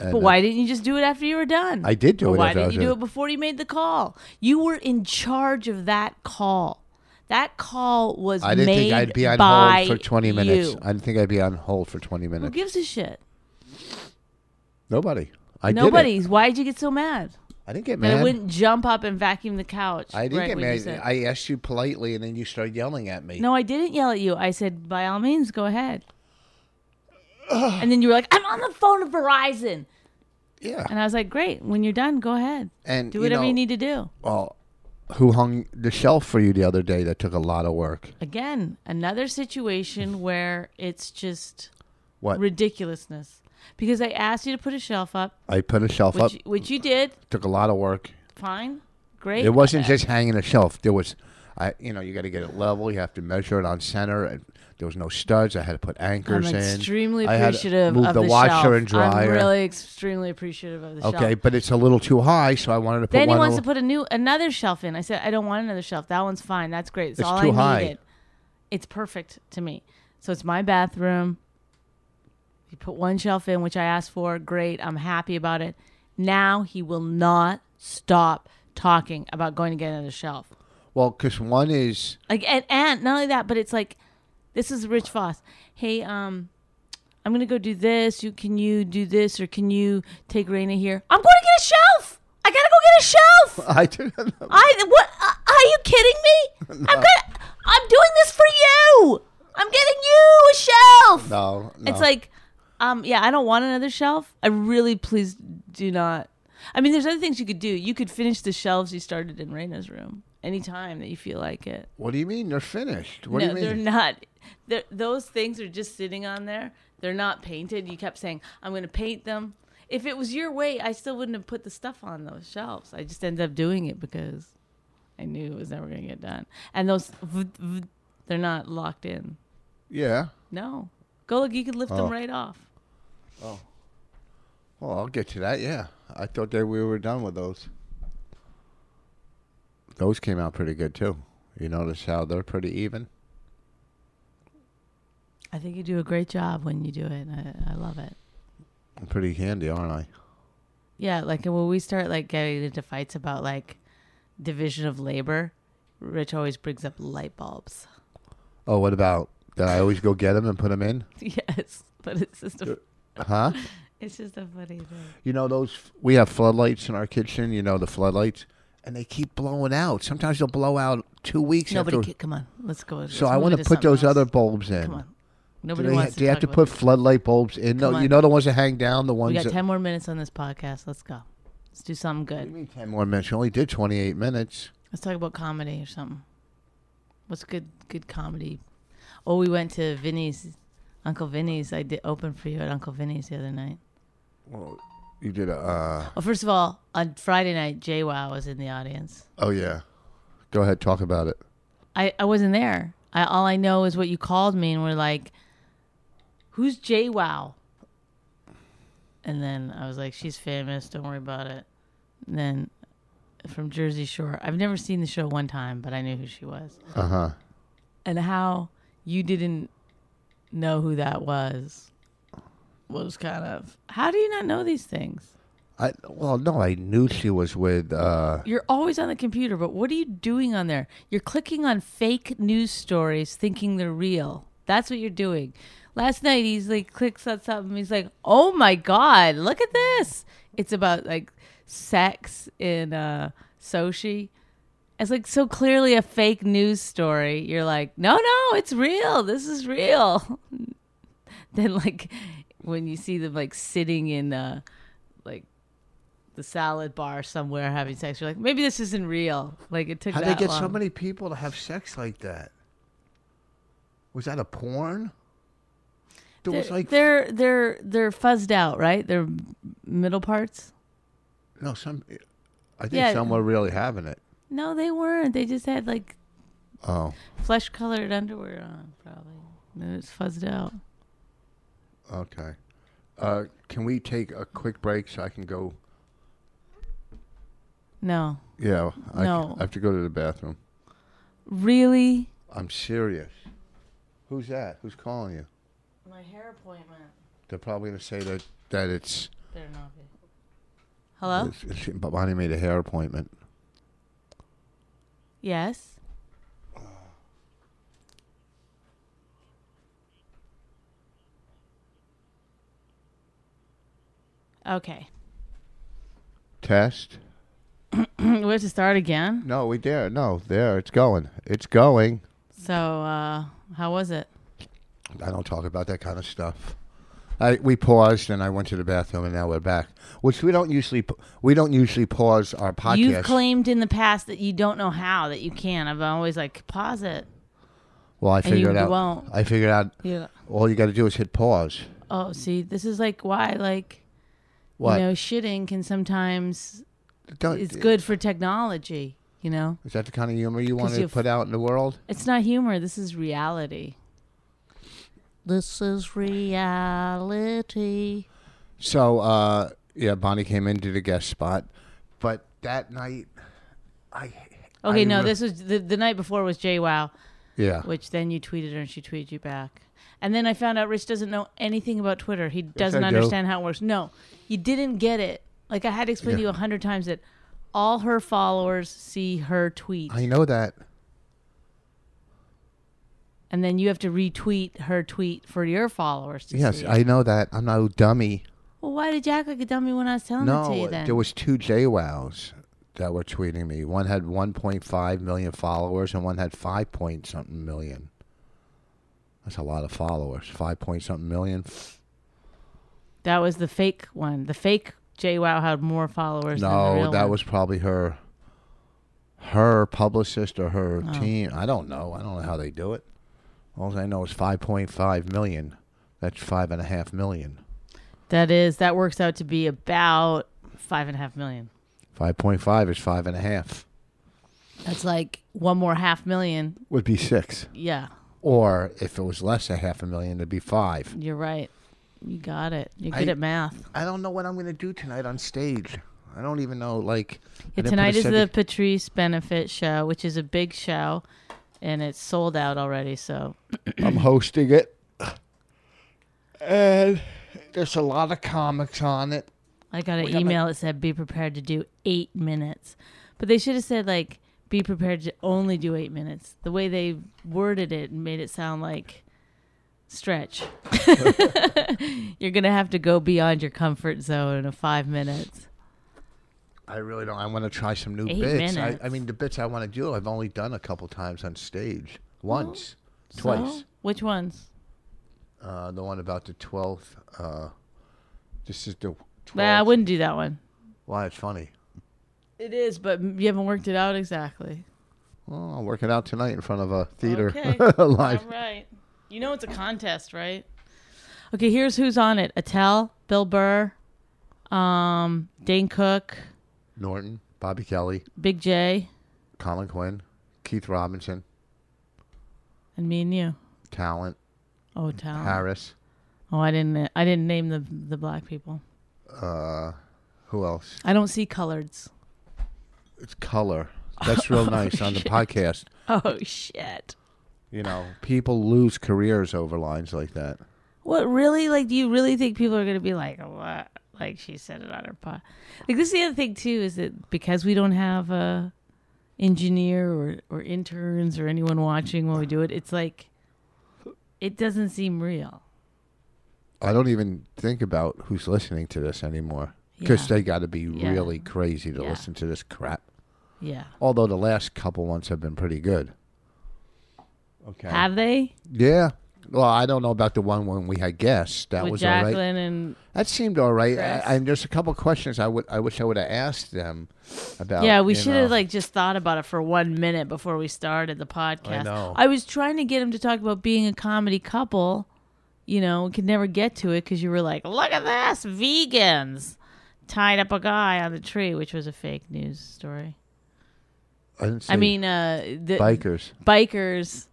Speaker 2: And,
Speaker 4: But
Speaker 2: uh,
Speaker 4: why didn't you just do it after you were done?
Speaker 2: I did do
Speaker 4: But
Speaker 2: it after
Speaker 4: Why
Speaker 2: I
Speaker 4: didn't
Speaker 2: was
Speaker 4: you
Speaker 2: done.
Speaker 4: do it before you made the call? You were in charge of that call. That call was
Speaker 2: I didn't think
Speaker 4: made
Speaker 2: I'd be on
Speaker 4: by
Speaker 2: hold for 20 minutes.
Speaker 4: you.
Speaker 2: I didn't think I'd be on hold for 20
Speaker 4: Who
Speaker 2: minutes.
Speaker 4: gives a shit?
Speaker 2: Nobody. I did it.
Speaker 4: Nobody's. Why did you get so mad?
Speaker 2: I didn't get
Speaker 4: That I
Speaker 2: mad.
Speaker 4: wouldn't jump up and vacuum the couch.
Speaker 2: I didn't
Speaker 4: right when you
Speaker 2: get
Speaker 4: said-
Speaker 2: mad. I asked you politely, and then you started yelling at me.
Speaker 4: no, I didn't yell at you. I said, by all means, go ahead. and then you were like, I'm on the phone to Verizon.
Speaker 2: Yeah.
Speaker 4: And I was like, great. When you're done, go ahead.
Speaker 2: And
Speaker 4: do
Speaker 2: you
Speaker 4: whatever
Speaker 2: know-
Speaker 4: you need to do.
Speaker 2: Well, who hung the shelf for you the other day? That took a lot of work.
Speaker 4: again another situation where it's just
Speaker 2: What?
Speaker 4: ridiculousness because i asked you to put a shelf up
Speaker 2: I put a shelf
Speaker 4: which,
Speaker 2: up.
Speaker 4: which you did
Speaker 2: Took a lot of work.
Speaker 4: fine great
Speaker 2: It wasn't just hanging a shelf. There was, I you know, you got to get it level. You have to measure it on center. And there was no studs. I had to put
Speaker 4: i'm
Speaker 2: anchors in.
Speaker 4: extremely
Speaker 2: I had to
Speaker 4: appreciative
Speaker 2: move
Speaker 4: of
Speaker 2: the,
Speaker 4: the
Speaker 2: washer
Speaker 4: shelf.
Speaker 2: and dryer.
Speaker 4: i'm really extremely appreciative of the
Speaker 2: okay,
Speaker 4: shelf
Speaker 2: but it's a little too high, so I wanted to put
Speaker 4: then he
Speaker 2: one. a
Speaker 4: wants to
Speaker 2: little-
Speaker 4: put a new another shelf in i said i don't want another shelf that one's fine that's great it's,
Speaker 2: It's
Speaker 4: all
Speaker 2: too
Speaker 4: i
Speaker 2: high.
Speaker 4: needed it's perfect to me so it's my bathroom He put one shelf in, which I asked for. Great. I'm happy about it. Now he will not stop talking about going to get another shelf.
Speaker 2: well, because one is
Speaker 4: Like and, and not only that, but it's like this is Rich Foss. Hey, um, I'm gonna go do this. You can you do this or can you take Raina here? I'm going to get a shelf. I gotta go get a shelf.
Speaker 2: I didn't know.
Speaker 4: I what? Uh, are you kidding me? I'm gonna. I'm doing this for you. I'm getting you a shelf.
Speaker 2: No, no.
Speaker 4: It's like, um, yeah, I don't want another shelf. I really, please do not. I mean, there's other things you could do. You could finish the shelves you started in Raina's room anytime that you feel like it.
Speaker 2: what do you mean they're finished? What do
Speaker 4: no,
Speaker 2: you
Speaker 4: they're
Speaker 2: mean?
Speaker 4: not. They're, those things are just sitting on there. They're not painted. You kept saying, I'm going to paint them. If it was your way, I still wouldn't have put the stuff on those shelves. I just ended up doing it because I knew it was never going to get done. And those, they're not locked in.
Speaker 2: yeah.
Speaker 4: No. Go look. You could lift
Speaker 2: Oh.
Speaker 4: them right off.
Speaker 2: Well, Oh. I'll get to that. Yeah, I thought that we were done with those. Those came out pretty good too. You notice how they're pretty even.
Speaker 4: I think you do a great job when you do it. and I, I love it.
Speaker 2: I'm pretty handy, aren't I?
Speaker 4: Yeah, like when we start like getting into fights about like division of labor, Rich always brings up light bulbs.
Speaker 2: Oh, what about that? I always go get them and put them in,
Speaker 4: Yes, but it's just
Speaker 2: Uh,
Speaker 4: a,
Speaker 2: huh?
Speaker 4: it's just a funny thing.
Speaker 2: You know those we have floodlights in our kitchen. You know the floodlights, and they keep blowing out. Sometimes they'll blow out two weeks.
Speaker 4: Nobody,
Speaker 2: after,
Speaker 4: ca- come on, let's go. let's
Speaker 2: so I
Speaker 4: move
Speaker 2: want
Speaker 4: into
Speaker 2: to put
Speaker 4: something
Speaker 2: those
Speaker 4: else.
Speaker 2: other bulbs in.
Speaker 4: Come on,
Speaker 2: Do
Speaker 4: nobody
Speaker 2: they, ha-
Speaker 4: wants
Speaker 2: do you
Speaker 4: to
Speaker 2: have to
Speaker 4: talk
Speaker 2: put
Speaker 4: about
Speaker 2: floodlight bulbs in? No,
Speaker 4: Come
Speaker 2: you
Speaker 4: on.
Speaker 2: know the ones that hang down. The
Speaker 4: this. We
Speaker 2: ones
Speaker 4: got
Speaker 2: that,
Speaker 4: ten more minutes on this podcast. Let's go. Let's do something
Speaker 2: What do
Speaker 4: good.
Speaker 2: you mean ten more minutes. You only did twenty eight minutes.
Speaker 4: Let's talk about comedy or something. What's good? Good comedy. Oh, we went to Vinny's, Uncle Vinny's. I did open for you at Uncle Vinny's the other night.
Speaker 2: Well, you did a. Uh,
Speaker 4: Well, first of all, on Friday night, Jay Wow was in the audience.
Speaker 2: Oh yeah, go ahead, talk about it.
Speaker 4: I, I wasn't there. I, all I know is what you called me and were like, "Who's Jay Wow?" And then I was like, she's famous. Don't worry about it. And then from Jersey Shore, I've never seen the show one time, but I knew who she was.
Speaker 2: Uh huh.
Speaker 4: And how you didn't know who that was was kind of how do you not know these things?
Speaker 2: I well, no, I knew she was with. uh
Speaker 4: You're always on the computer, but what are you doing on there? You're clicking on fake news stories thinking they're real. That's what you're doing. Last night he's like clicks on something. He's like, "Oh my god, look at this! It's about like sex in uh, Sochi." It's like so clearly a fake news story. You're like, "No, no, it's real. This is real." then like when you see them like sitting in uh, like the salad bar somewhere having sex, you're like, "Maybe this isn't real." Like it took
Speaker 2: How would they
Speaker 4: that
Speaker 2: get
Speaker 4: long.
Speaker 2: so many people to have sex like that? Was that a porn? There was like
Speaker 4: they're they're they're fuzzed out, right? Their middle parts.
Speaker 2: no some. I think
Speaker 4: Yeah.
Speaker 2: some were really having it.
Speaker 4: No, they weren't. They just had like
Speaker 2: Oh,
Speaker 4: flesh colored underwear on, probably. And it's fuzzed out.
Speaker 2: okay. Uh, can we take a quick break so I can go?
Speaker 4: No,
Speaker 2: Yeah, I,
Speaker 4: No.
Speaker 2: I have to go to the bathroom.
Speaker 4: really.
Speaker 2: I'm serious. Who's that? Who's calling you?
Speaker 4: My hair appointment.
Speaker 2: They're probably gonna say that that it's,
Speaker 4: Better not be. Hello.
Speaker 2: it's, it's Bonnie made a hair appointment.
Speaker 4: Yes. Okay.
Speaker 2: Test?
Speaker 4: we have to start again.
Speaker 2: No, we dare. No, there. It's going. It's going.
Speaker 4: So, uh, how was it?
Speaker 2: I don't talk about that kind of stuff. I, we paused and I went to the bathroom and now we're back, which we don't usually p- we don't usually pause our podcast.
Speaker 4: You've claimed in the past that you don't know how that you can. I've always like pause it.
Speaker 2: well, I
Speaker 4: you
Speaker 2: figured out.
Speaker 4: won't.
Speaker 2: I figured out.
Speaker 4: Yeah.
Speaker 2: All you got to do is hit pause.
Speaker 4: Oh, see, this is like why like
Speaker 2: What? Oh,
Speaker 4: you know shitting can sometimes
Speaker 2: Don't-
Speaker 4: it's good for technology. You know,
Speaker 2: Is that the kind of humor you want to
Speaker 4: you've-
Speaker 2: put out in the world?
Speaker 4: it's not humor. This is reality. This is reality.
Speaker 2: So uh, yeah, Bonnie came into the guest spot, but that night, I
Speaker 4: Okay,
Speaker 2: I
Speaker 4: no,
Speaker 2: re-
Speaker 4: this was the, the night before was Jay Wow.
Speaker 2: yeah
Speaker 4: which then you tweeted her and she tweeted you back. And then I found out Rich doesn't know anything about Twitter. He doesn't
Speaker 2: I do.
Speaker 4: understand how it works. No, you didn't get it. Like I had to explain to you
Speaker 2: Yeah.
Speaker 4: a hundred times that all her followers see her tweet,
Speaker 2: I know that.
Speaker 4: and then you have to retweet her tweet for your followers to
Speaker 2: Yes,
Speaker 4: see.
Speaker 2: I
Speaker 4: it.
Speaker 2: know that. I'm no dummy.
Speaker 4: Well, why did you act like a dummy when I was telling it to you
Speaker 2: No,
Speaker 4: then?
Speaker 2: there was two JWowws that were tweeting me. One had 1.5 million followers, and one had five point something million. That's a lot of followers. Five point something million.
Speaker 4: that was the fake one. The fake Jay Wow had more followers. than the
Speaker 2: No,
Speaker 4: real
Speaker 2: that
Speaker 4: one.
Speaker 2: was probably her, her publicist or her
Speaker 4: Oh.
Speaker 2: team. I don't know. I don't know how they do it. All I know is 5.5 million. That's five and a half million.
Speaker 4: that is that works out to be about five and a half million.
Speaker 2: 5.5 is five and a half.
Speaker 4: That's like one more half million.
Speaker 2: Would be six.
Speaker 4: Yeah.
Speaker 2: Or if it was less than half a million, it'd be five.
Speaker 4: You're right. You got it. You're good
Speaker 2: I-
Speaker 4: at math.
Speaker 2: I don't know what I'm going to do tonight on stage. I don't even know. Like I
Speaker 4: Yeah,
Speaker 2: didn't put
Speaker 4: tonight
Speaker 2: a
Speaker 4: is the
Speaker 2: subject-
Speaker 4: Patrice Benefit Show, which is a big show, and it's sold out already. So
Speaker 2: I'm hosting it, and there's a lot of comics on it.
Speaker 4: I got an
Speaker 2: got
Speaker 4: email that said, "Be prepared to do eight minutes," but they should have said like, "Be prepared to only do eight minutes." The way they worded it made it sound like stretch. You're gonna have to go beyond your comfort zone of five minutes.
Speaker 2: I really don't. I want to try some new
Speaker 4: Eight
Speaker 2: bits. I,
Speaker 4: minutes.
Speaker 2: I mean, the bits I want to do, I've only done a couple times on stage. Once, twice.
Speaker 4: Oh, So, which ones?
Speaker 2: Uh, the one about the twelfth. Uh, this is the. 12th.
Speaker 4: Nah, I wouldn't do that one.
Speaker 2: Why it's funny.
Speaker 4: It is, but you haven't worked it out exactly.
Speaker 2: Well, I'll work it out tonight in front of a theater
Speaker 4: Okay.
Speaker 2: live.
Speaker 4: All right. You know it's a contest, right? Okay, here's who's on it. Attell, Bill Burr, um, Dane Cook,
Speaker 2: Norton, Bobby Kelly,
Speaker 4: Big J,
Speaker 2: Colin Quinn, Keith Robinson,
Speaker 4: and me and you.
Speaker 2: Talent,
Speaker 4: Oh, Tal.
Speaker 2: Harris.
Speaker 4: Oh, I didn't I didn't name the the black people.
Speaker 2: Uh, who else?
Speaker 4: I don't see coloreds.
Speaker 2: It's color. That's real nice on the podcast.
Speaker 4: Oh shit.
Speaker 2: You know, people lose careers over lines like that.
Speaker 4: What really? Like, do you really think people are going to be like, what? Like she said it on her pod. Like this is the other thing too is that because we don't have a engineer or or interns or anyone watching when we do it, it's like it doesn't seem real.
Speaker 2: I don't even think about who's listening to this anymore because
Speaker 4: Yeah.
Speaker 2: they got to be
Speaker 4: Yeah.
Speaker 2: really crazy to
Speaker 4: Yeah.
Speaker 2: listen to this crap.
Speaker 4: Yeah.
Speaker 2: Although the last couple ones have been pretty good. Okay.
Speaker 4: Have they?
Speaker 2: yeah. Well, I don't know about the one when we had guests. That
Speaker 4: With
Speaker 2: was
Speaker 4: Jacqueline
Speaker 2: all right.
Speaker 4: and
Speaker 2: That seemed all right.
Speaker 4: Chris.
Speaker 2: I, and there's a couple questions I would I wish I would have asked them about.
Speaker 4: Yeah, we
Speaker 2: you
Speaker 4: should have
Speaker 2: know.
Speaker 4: like just thought about it for one minute before we started the podcast.
Speaker 2: know.
Speaker 4: was trying to get him to talk about being a comedy couple. You know, we could never get to it because you were like, "Look at this, vegans tied up a guy on the tree," which was a fake news story.
Speaker 2: I, didn't
Speaker 4: I
Speaker 2: see
Speaker 4: mean, uh, the
Speaker 2: bikers.
Speaker 4: bikers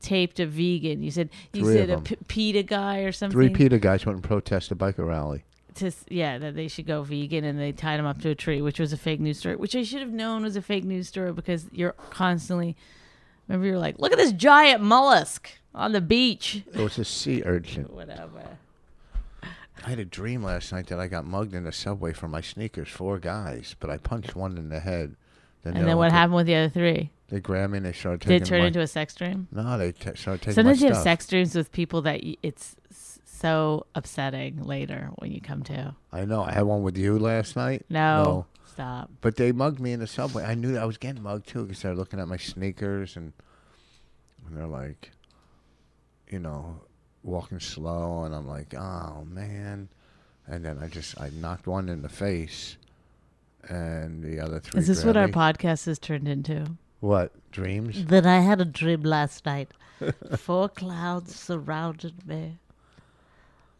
Speaker 4: taped a vegan. You said you
Speaker 2: Three
Speaker 4: said
Speaker 2: of
Speaker 4: a
Speaker 2: them.
Speaker 4: p- PETA guy or something.
Speaker 2: Three PETA guys went and protested a biker rally.
Speaker 4: to s- yeah that they should go vegan and they tied him up to a tree which was a fake news story which i should have known was a fake news story because you're constantly remember you're like look at this giant mollusk on the beach
Speaker 2: It was a sea urchin.
Speaker 4: whatever
Speaker 2: I had a dream last night that I got mugged in a subway for my sneakers, four guys, but I punched one in the head. the
Speaker 4: and then
Speaker 2: other
Speaker 4: what
Speaker 2: one-
Speaker 4: happened with the other three
Speaker 2: They grabbed me and they started taking
Speaker 4: did it turn
Speaker 2: my,
Speaker 4: into a sex dream
Speaker 2: No, they t- started taking
Speaker 4: sometimes
Speaker 2: my
Speaker 4: you have
Speaker 2: stuff.
Speaker 4: sex dreams with people that y- it's s- so upsetting later when you come to
Speaker 2: I know. I had one with you last night.
Speaker 4: no, stop
Speaker 2: But they mugged me in the subway. I knew that I was getting mugged too because they're looking at my sneakers and, and they're like, you know, walking slow. And I'm like, oh, man. And then I just, I knocked one in the face and the other three.
Speaker 4: is this
Speaker 2: grabbed
Speaker 4: what our
Speaker 2: me.
Speaker 4: Mm. podcast has turned into
Speaker 2: What? Dreams?
Speaker 4: Then I had a dream last night. Four clouds surrounded me.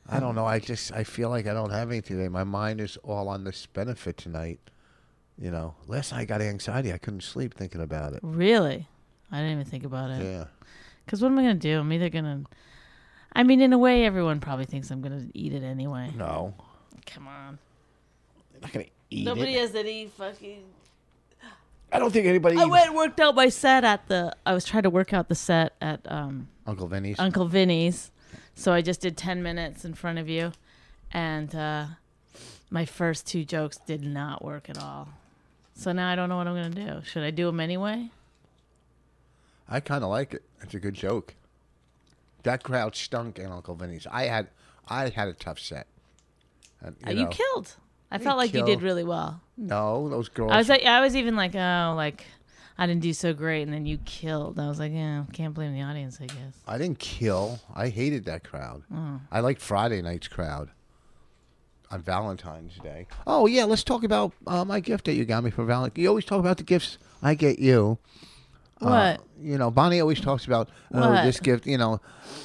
Speaker 2: I don't know. I just I feel like I don't have anything today. My mind is all on this benefit tonight. You know, last night I got anxiety. I couldn't sleep thinking about it.
Speaker 4: Really? I didn't even think about it.
Speaker 2: Yeah.
Speaker 4: Because what am I going to do? I'm either going to. I mean, in a way, everyone probably thinks I'm going to eat it anyway.
Speaker 2: No.
Speaker 4: Come on.
Speaker 2: I'm not gonna eat
Speaker 4: Nobody
Speaker 2: it.
Speaker 4: has any fucking.
Speaker 2: I don't think anybody.
Speaker 4: I
Speaker 2: eats-
Speaker 4: went and worked out my set at the. I was trying to work out the set at um,
Speaker 2: Uncle Vinny's.
Speaker 4: Uncle Vinny's. So I just did 10 minutes in front of you. And uh, my first two jokes did not work at all. So now I don't know what I'm going to do. Should I do them anyway?
Speaker 2: I kind of like it. It's a good joke. That crowd stunk in Uncle Vinny's. I had I had a tough set. And,
Speaker 4: Uh,
Speaker 2: you,
Speaker 4: You,
Speaker 2: know,
Speaker 4: killed. I felt like you
Speaker 2: killed.
Speaker 4: did really well.
Speaker 2: No, those girls.
Speaker 4: I was like, I was even like, oh, like I didn't do so great, and then you killed. I was like, yeah, can't blame the audience, I guess.
Speaker 2: I didn't kill. I hated that crowd.
Speaker 4: Mm.
Speaker 2: I liked Friday night's crowd on Valentine's Day. Oh yeah, let's talk about uh, my gift that you got me for Valentine. You always talk about the gifts I get you. Uh,
Speaker 4: What?
Speaker 2: you know, Bonnie always talks about oh,
Speaker 4: What?
Speaker 2: this gift. You know,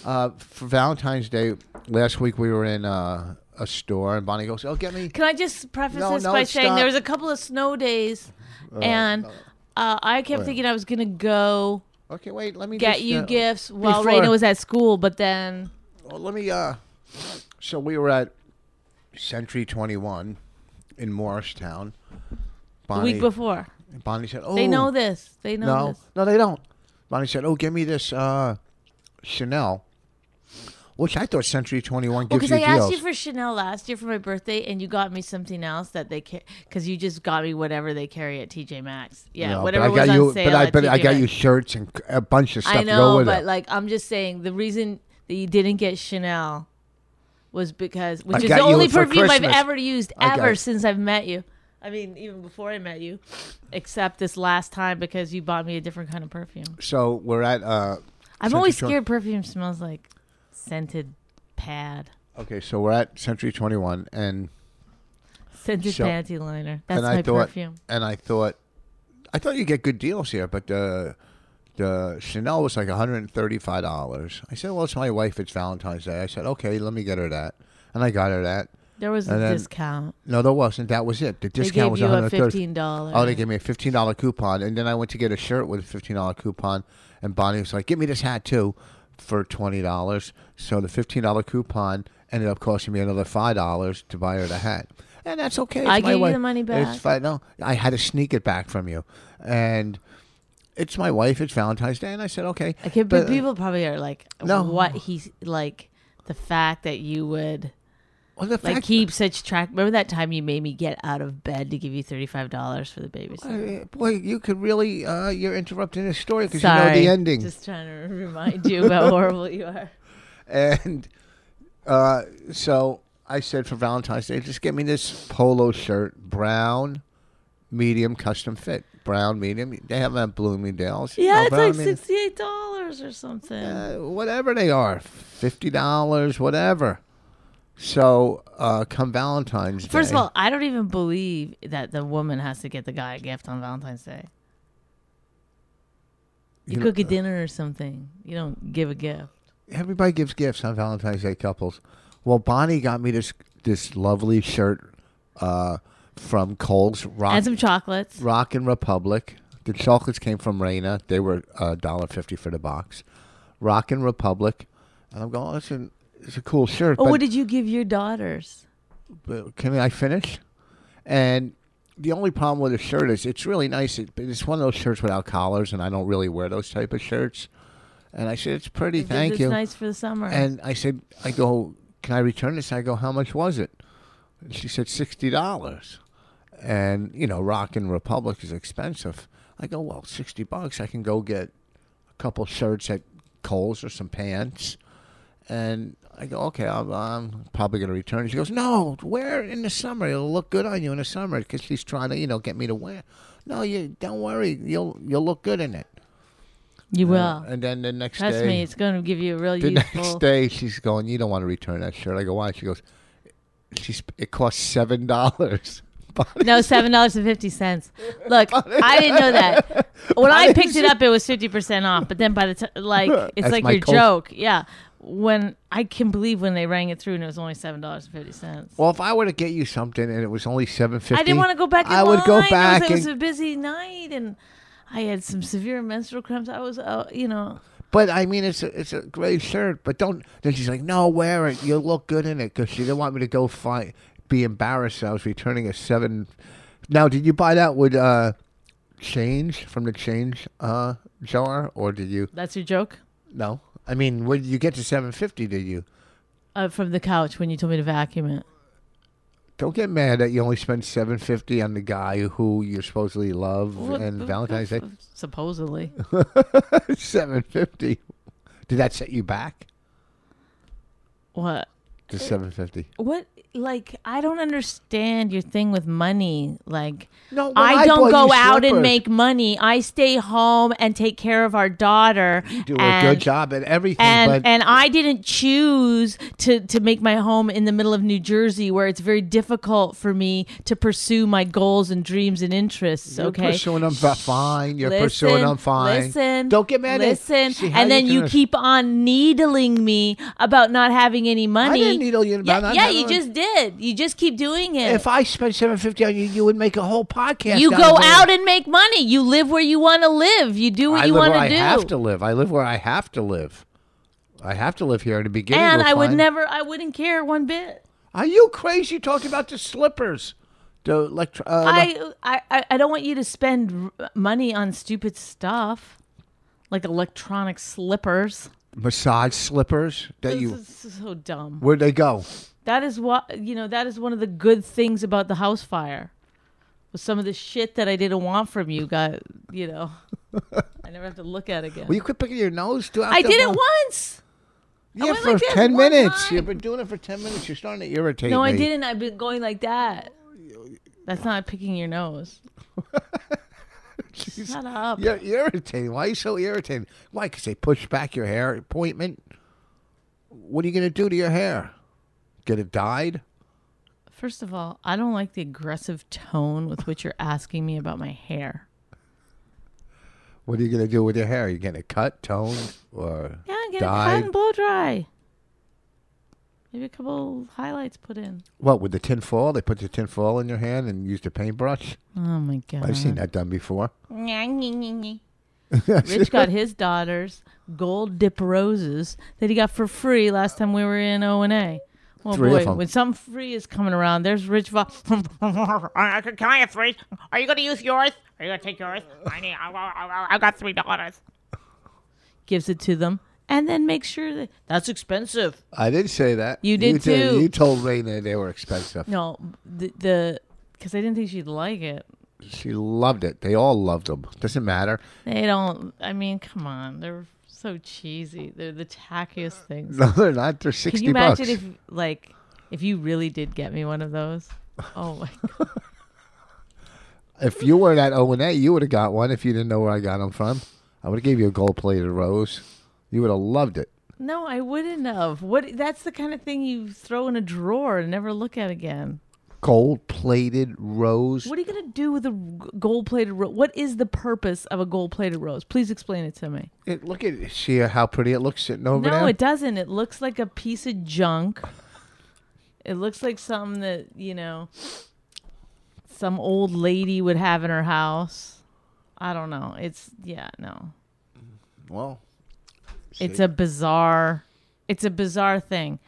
Speaker 2: uh, for Valentine's Day last week we were in uh, a store and Bonnie goes, "Oh, get me."
Speaker 4: Can I just preface
Speaker 2: No,
Speaker 4: this
Speaker 2: no,
Speaker 4: by saying
Speaker 2: stop.
Speaker 4: there was a couple of snow days, and uh, I kept thinking I was gonna go
Speaker 2: Okay, wait. Let me
Speaker 4: get
Speaker 2: just,
Speaker 4: you
Speaker 2: uh,
Speaker 4: gifts while
Speaker 2: before-
Speaker 4: Raina was at school, but then
Speaker 2: Well, let me. uh So we were at Century Twenty One in Morristown.
Speaker 4: the
Speaker 2: Bonnie,
Speaker 4: week before
Speaker 2: Bonnie said, "Oh,
Speaker 4: they know this. They know
Speaker 2: No,
Speaker 4: this.
Speaker 2: no, they don't." Bonnie said, "Oh, give me this uh Chanel," which I thought Century Twenty One
Speaker 4: Well,
Speaker 2: gives
Speaker 4: because I
Speaker 2: you
Speaker 4: Oh, asked
Speaker 2: deals.
Speaker 4: you for Chanel last year for my birthday, and you got me something else that they because you just got me whatever they carry at TJ Maxx. Yeah,
Speaker 2: No, but
Speaker 4: whatever
Speaker 2: I got
Speaker 4: was
Speaker 2: you,
Speaker 4: on sale
Speaker 2: but I,
Speaker 4: at
Speaker 2: but I
Speaker 4: TJ
Speaker 2: got you
Speaker 4: Maxx.
Speaker 2: shirts and c- a bunch of stuff.
Speaker 4: I
Speaker 2: to go
Speaker 4: know,
Speaker 2: with
Speaker 4: but
Speaker 2: it.
Speaker 4: like I'm just saying, the reason that you didn't get Chanel was because which is
Speaker 2: got
Speaker 4: the
Speaker 2: you
Speaker 4: only
Speaker 2: for
Speaker 4: perfume
Speaker 2: Christmas.
Speaker 4: I've ever used
Speaker 2: I got
Speaker 4: ever
Speaker 2: it.
Speaker 4: since I've met you. I mean, even before I met you, except this last time because you bought me a different kind of perfume.
Speaker 2: so we're at. uh
Speaker 4: I'm always
Speaker 2: Century
Speaker 4: scared perfume smells like scented pad,
Speaker 2: Okay, so we're at Century Twenty One, and
Speaker 4: scented
Speaker 2: So-
Speaker 4: panty liner. That's
Speaker 2: and
Speaker 4: my
Speaker 2: I thought,
Speaker 4: perfume.
Speaker 2: and I thought, I thought you get good deals here, but the the Chanel was like one hundred and thirty five dollars. I said, well, it's my wife. It's Valentine's Day. I said, okay, let me get her that, and I got her that.
Speaker 4: There was a
Speaker 2: And then
Speaker 4: discount.
Speaker 2: No, there wasn't. That was it. The
Speaker 4: They
Speaker 2: discount
Speaker 4: gave
Speaker 2: was
Speaker 4: you
Speaker 2: one
Speaker 4: a
Speaker 2: hundred thirty.
Speaker 4: fifteen dollar.
Speaker 2: Oh, they gave me a fifteen dollar coupon, and then I went to get a shirt with a fifteen dollar coupon, and Bonnie was like, "Get me this hat too, for twenty dollars." So the fifteen dollar coupon ended up costing me another five dollars to buy her the hat, and that's okay. It's
Speaker 6: I
Speaker 2: my
Speaker 6: gave you
Speaker 2: wife.
Speaker 6: the money
Speaker 2: It's
Speaker 6: back.
Speaker 2: fine. No, I had to sneak it back from you, and it's my wife. It's Valentine's Day, and I said okay.
Speaker 4: I can't-
Speaker 2: but uh,
Speaker 4: but people probably are like,
Speaker 2: No.
Speaker 4: what he's like, the fact that you would
Speaker 2: well, the
Speaker 4: like
Speaker 2: fact-
Speaker 4: keep such track. Remember that time you made me get out of bed to give you thirty five dollars for the babysitter.
Speaker 2: Uh, boy, you could really uh, you're interrupting the story because you know
Speaker 4: Sorry.
Speaker 2: the ending.
Speaker 4: Just trying to remind you how horrible you are.
Speaker 2: And uh, so I said for Valentine's Day, just get me this polo shirt, brown, medium, custom fit. Brown, medium. They have them at Bloomingdale's.
Speaker 6: Yeah,
Speaker 2: No,
Speaker 6: it's
Speaker 2: brown,
Speaker 6: like
Speaker 2: medium.
Speaker 6: sixty eight dollars or something.
Speaker 2: Uh, whatever they are, $50, whatever. So uh, come Valentine's Day.
Speaker 4: First of all, I don't even believe that the woman has to get the guy a gift on Valentine's Day. You,
Speaker 2: You know- uh,
Speaker 4: cook a dinner or something. You don't give a gift.
Speaker 2: everybody gives gifts on Valentine's Day couples. Well, Bonnie got me this this lovely shirt uh, from Cole's Rock
Speaker 4: and some chocolates.
Speaker 2: Rock and Republic. The chocolates came from Raina. They were uh, a dollar fifty for the box. Rock and Republic, and I'm going. Oh, it's, an, it's a cool shirt.
Speaker 4: Oh,
Speaker 2: but-
Speaker 4: what did you give your daughters?
Speaker 2: but can I finish? And the only problem with the shirt is it's really nice. It, but it's one of those shirts without collars, and I don't really wear those type of shirts. And I said, "It's pretty, thank
Speaker 4: it's
Speaker 2: you."
Speaker 4: nice for the summer.
Speaker 2: And I said, I go, can I return this? I go, how much was it? And she said, $60. And, you know, Rockin' Republic is expensive. I go, well, 60 bucks. I can go get a couple shirts at Kohl's or some pants. And I go, okay, I'm, I'm probably going to return. She goes, no, wear it in the summer. It'll look good on you in the summer because she's trying to, you know, get me to wear. No, you don't worry. You'll you'll look good in it. uh,
Speaker 4: you will.
Speaker 2: And then the next
Speaker 4: Trust
Speaker 2: day,
Speaker 4: me, it's going to give you a real
Speaker 2: the
Speaker 4: useful.
Speaker 2: next day, she's going, "You don't want to return that shirt." I go, "Why?" She goes, "She's it costs seven dollars."
Speaker 4: No, seven dollars and fifty cents. Look, I didn't know that. When I picked it up, it was fifty percent off. But then by the time, like, it's
Speaker 2: That's
Speaker 4: like
Speaker 2: my
Speaker 4: your
Speaker 2: cult-
Speaker 4: joke. Yeah. When I can believe when they rang it through and it was only seven dollars and fifty cents.
Speaker 2: Well, if I were to get you something and it was only seven fifty,
Speaker 4: I didn't want to go back. In
Speaker 2: I would
Speaker 4: line.
Speaker 2: go
Speaker 4: It was-
Speaker 2: back.
Speaker 4: It was,
Speaker 2: and,
Speaker 4: a busy night, and I had some severe menstrual cramps. I was, uh, you know,
Speaker 2: but I mean, it's a it's a great shirt. But don't. Then she's like, "No, wear it. You'll look good in it." Because she didn't want me to go find, be embarrassed. that I was returning a seven. Now, did you buy that with uh, change from the change uh, jar, or did you?
Speaker 4: that's your joke
Speaker 2: No, I mean, when you get to seven fifty, did you?
Speaker 4: uh, from the couch when you told me to vacuum it.
Speaker 2: Don't get mad that you only spent seven fifty on the guy who you supposedly love
Speaker 4: Well,
Speaker 2: and
Speaker 4: uh,
Speaker 2: Valentine's Day.
Speaker 4: Supposedly,
Speaker 2: seven fifty. Did that set you back?
Speaker 4: what?
Speaker 2: The seven fifty.
Speaker 4: What? Like, I don't understand your thing with money. Like,
Speaker 2: No, well,
Speaker 4: I
Speaker 2: I
Speaker 4: don't
Speaker 2: bought
Speaker 4: go
Speaker 2: you
Speaker 4: out
Speaker 2: slippers.
Speaker 4: and make money. I stay home and take care of our daughter.
Speaker 2: Do
Speaker 4: and,
Speaker 2: a good job at everything,
Speaker 4: And
Speaker 2: but
Speaker 4: and I didn't choose to to make my home in the middle of New Jersey, where it's very difficult for me to pursue my goals and dreams and interests.
Speaker 2: you're
Speaker 4: okay,
Speaker 2: pursuing them fi- fine. You're
Speaker 4: listen,
Speaker 2: pursuing them fine.
Speaker 4: Listen,
Speaker 2: Don't get mad. at-
Speaker 4: Listen,
Speaker 2: See, how
Speaker 4: and then you
Speaker 2: doing?
Speaker 4: keep on needling me about not having any money.
Speaker 2: didn't needle you about
Speaker 4: yeah,
Speaker 2: not
Speaker 4: yeah,
Speaker 2: having
Speaker 4: you
Speaker 2: money.
Speaker 4: just did. You just keep doing it.
Speaker 2: If I spent seven fifty on you, you would make a whole podcast.
Speaker 4: you
Speaker 2: out
Speaker 4: go
Speaker 2: of it.
Speaker 4: out and make money. You live where you want to live. You do what
Speaker 2: I
Speaker 4: you
Speaker 2: live
Speaker 4: want
Speaker 2: where
Speaker 4: to do.
Speaker 2: I have to live. I live where I have to live. I have to live here in the beginning.
Speaker 4: and
Speaker 2: we'll
Speaker 4: I would
Speaker 2: find-
Speaker 4: never. I wouldn't care one bit.
Speaker 2: Are you crazy? You talked about the slippers. The electro. Uh,
Speaker 4: I, I I- I don't want you to spend r- money on stupid stuff like electronic slippers.
Speaker 2: massage slippers that
Speaker 4: This
Speaker 2: you
Speaker 4: is so dumb.
Speaker 2: where'd they go
Speaker 4: That is what you know. That is one of the good things about the house fire. Was some of the shit that I didn't want from you got you know. I never have to look at again.
Speaker 2: will you quit picking your nose too
Speaker 4: I did it once.
Speaker 2: yeah
Speaker 4: went
Speaker 2: for
Speaker 4: like this
Speaker 2: 10
Speaker 4: one
Speaker 2: minutes
Speaker 4: time.
Speaker 2: you've been doing it for 10 minutes you're starting to irritate
Speaker 4: No, I
Speaker 2: me.
Speaker 4: didn't. I've been going like that. That's not picking your nose. Shut up.
Speaker 2: you're irritating why are you so irritated why because they push back your hair appointment what are you going to do to your hair get it dyed
Speaker 4: First of all, I don't like the aggressive tone with which you're asking me about my hair.
Speaker 2: what are you going to do with your hair are you getting it cut toned or
Speaker 4: Yeah, get it
Speaker 2: dyed
Speaker 4: cut and blow dry. Maybe a couple highlights put in.
Speaker 2: what with the tin foil they put the tin foil in your hand and use the paintbrush
Speaker 4: Oh my god!
Speaker 2: i've seen that done before
Speaker 4: Rich got his daughters gold dip roses that he got for free last time we were in O and A. Oh,
Speaker 7: Well,
Speaker 8: Three
Speaker 7: boy,
Speaker 8: of 'em.
Speaker 7: when some free is coming around, there's Rich Voss.
Speaker 9: I- I- Can I have three? Are you going to use yours? Are you going to take yours? I need. I, I, I- I got three dollars.
Speaker 7: gives it to them, and then makes sure that that's expensive.
Speaker 2: I did say that.
Speaker 7: You did too.
Speaker 2: You told Raina they were expensive.
Speaker 7: No, the the because I didn't think she'd like it.
Speaker 2: She loved it. They all loved them. Doesn't matter.
Speaker 4: They don't. I mean, come on. They're so cheesy. They're the tackiest things.
Speaker 2: No, they're not. They're sixty
Speaker 4: Can you
Speaker 2: bucks.
Speaker 4: imagine if, like, if you really did get me one of those? Oh my god.
Speaker 2: If you were at O and A, you would have got one. If you didn't know where I got them from, I would have gave you a gold plated rose. You would have loved it.
Speaker 4: No, I wouldn't have. What? That's the kind of thing you throw in a drawer and never look at again.
Speaker 2: Gold plated rose.
Speaker 4: What are you gonna do with a gold plated rose? What is the purpose of a gold plated rose? Please explain it to me.
Speaker 2: It- look at see how pretty it looks sitting over
Speaker 4: No,
Speaker 2: there.
Speaker 4: it doesn't. It looks like a piece of junk. It looks like something that, you know, some old lady would have in her house. I don't know. It's, yeah, no.
Speaker 2: well,
Speaker 4: It's a bizarre, it's a bizarre thing.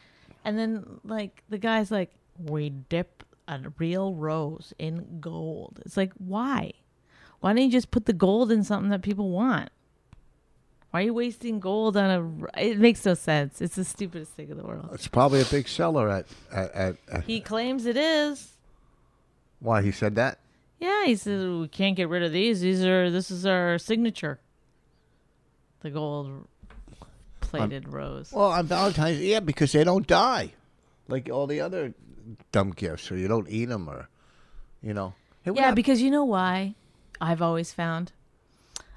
Speaker 4: And then, like, the guy's like, we dip a real rose in gold. It's like, why? Why don't you just put the gold in something that people want? Why are you wasting gold on a? It makes no sense. It's the stupidest thing in the world.
Speaker 2: it's probably a big seller at at, at, at
Speaker 4: He claims it is.
Speaker 2: why he said that.
Speaker 4: Yeah, he says we can't get rid of these. These are this is our signature. The gold plated rose.
Speaker 2: Well, on Valentine's, yeah, because they don't die, like all the other dumb gifts, or you don't eat them, or you know. Hey, we're
Speaker 4: yeah,
Speaker 2: not-
Speaker 4: because you know why? I've always found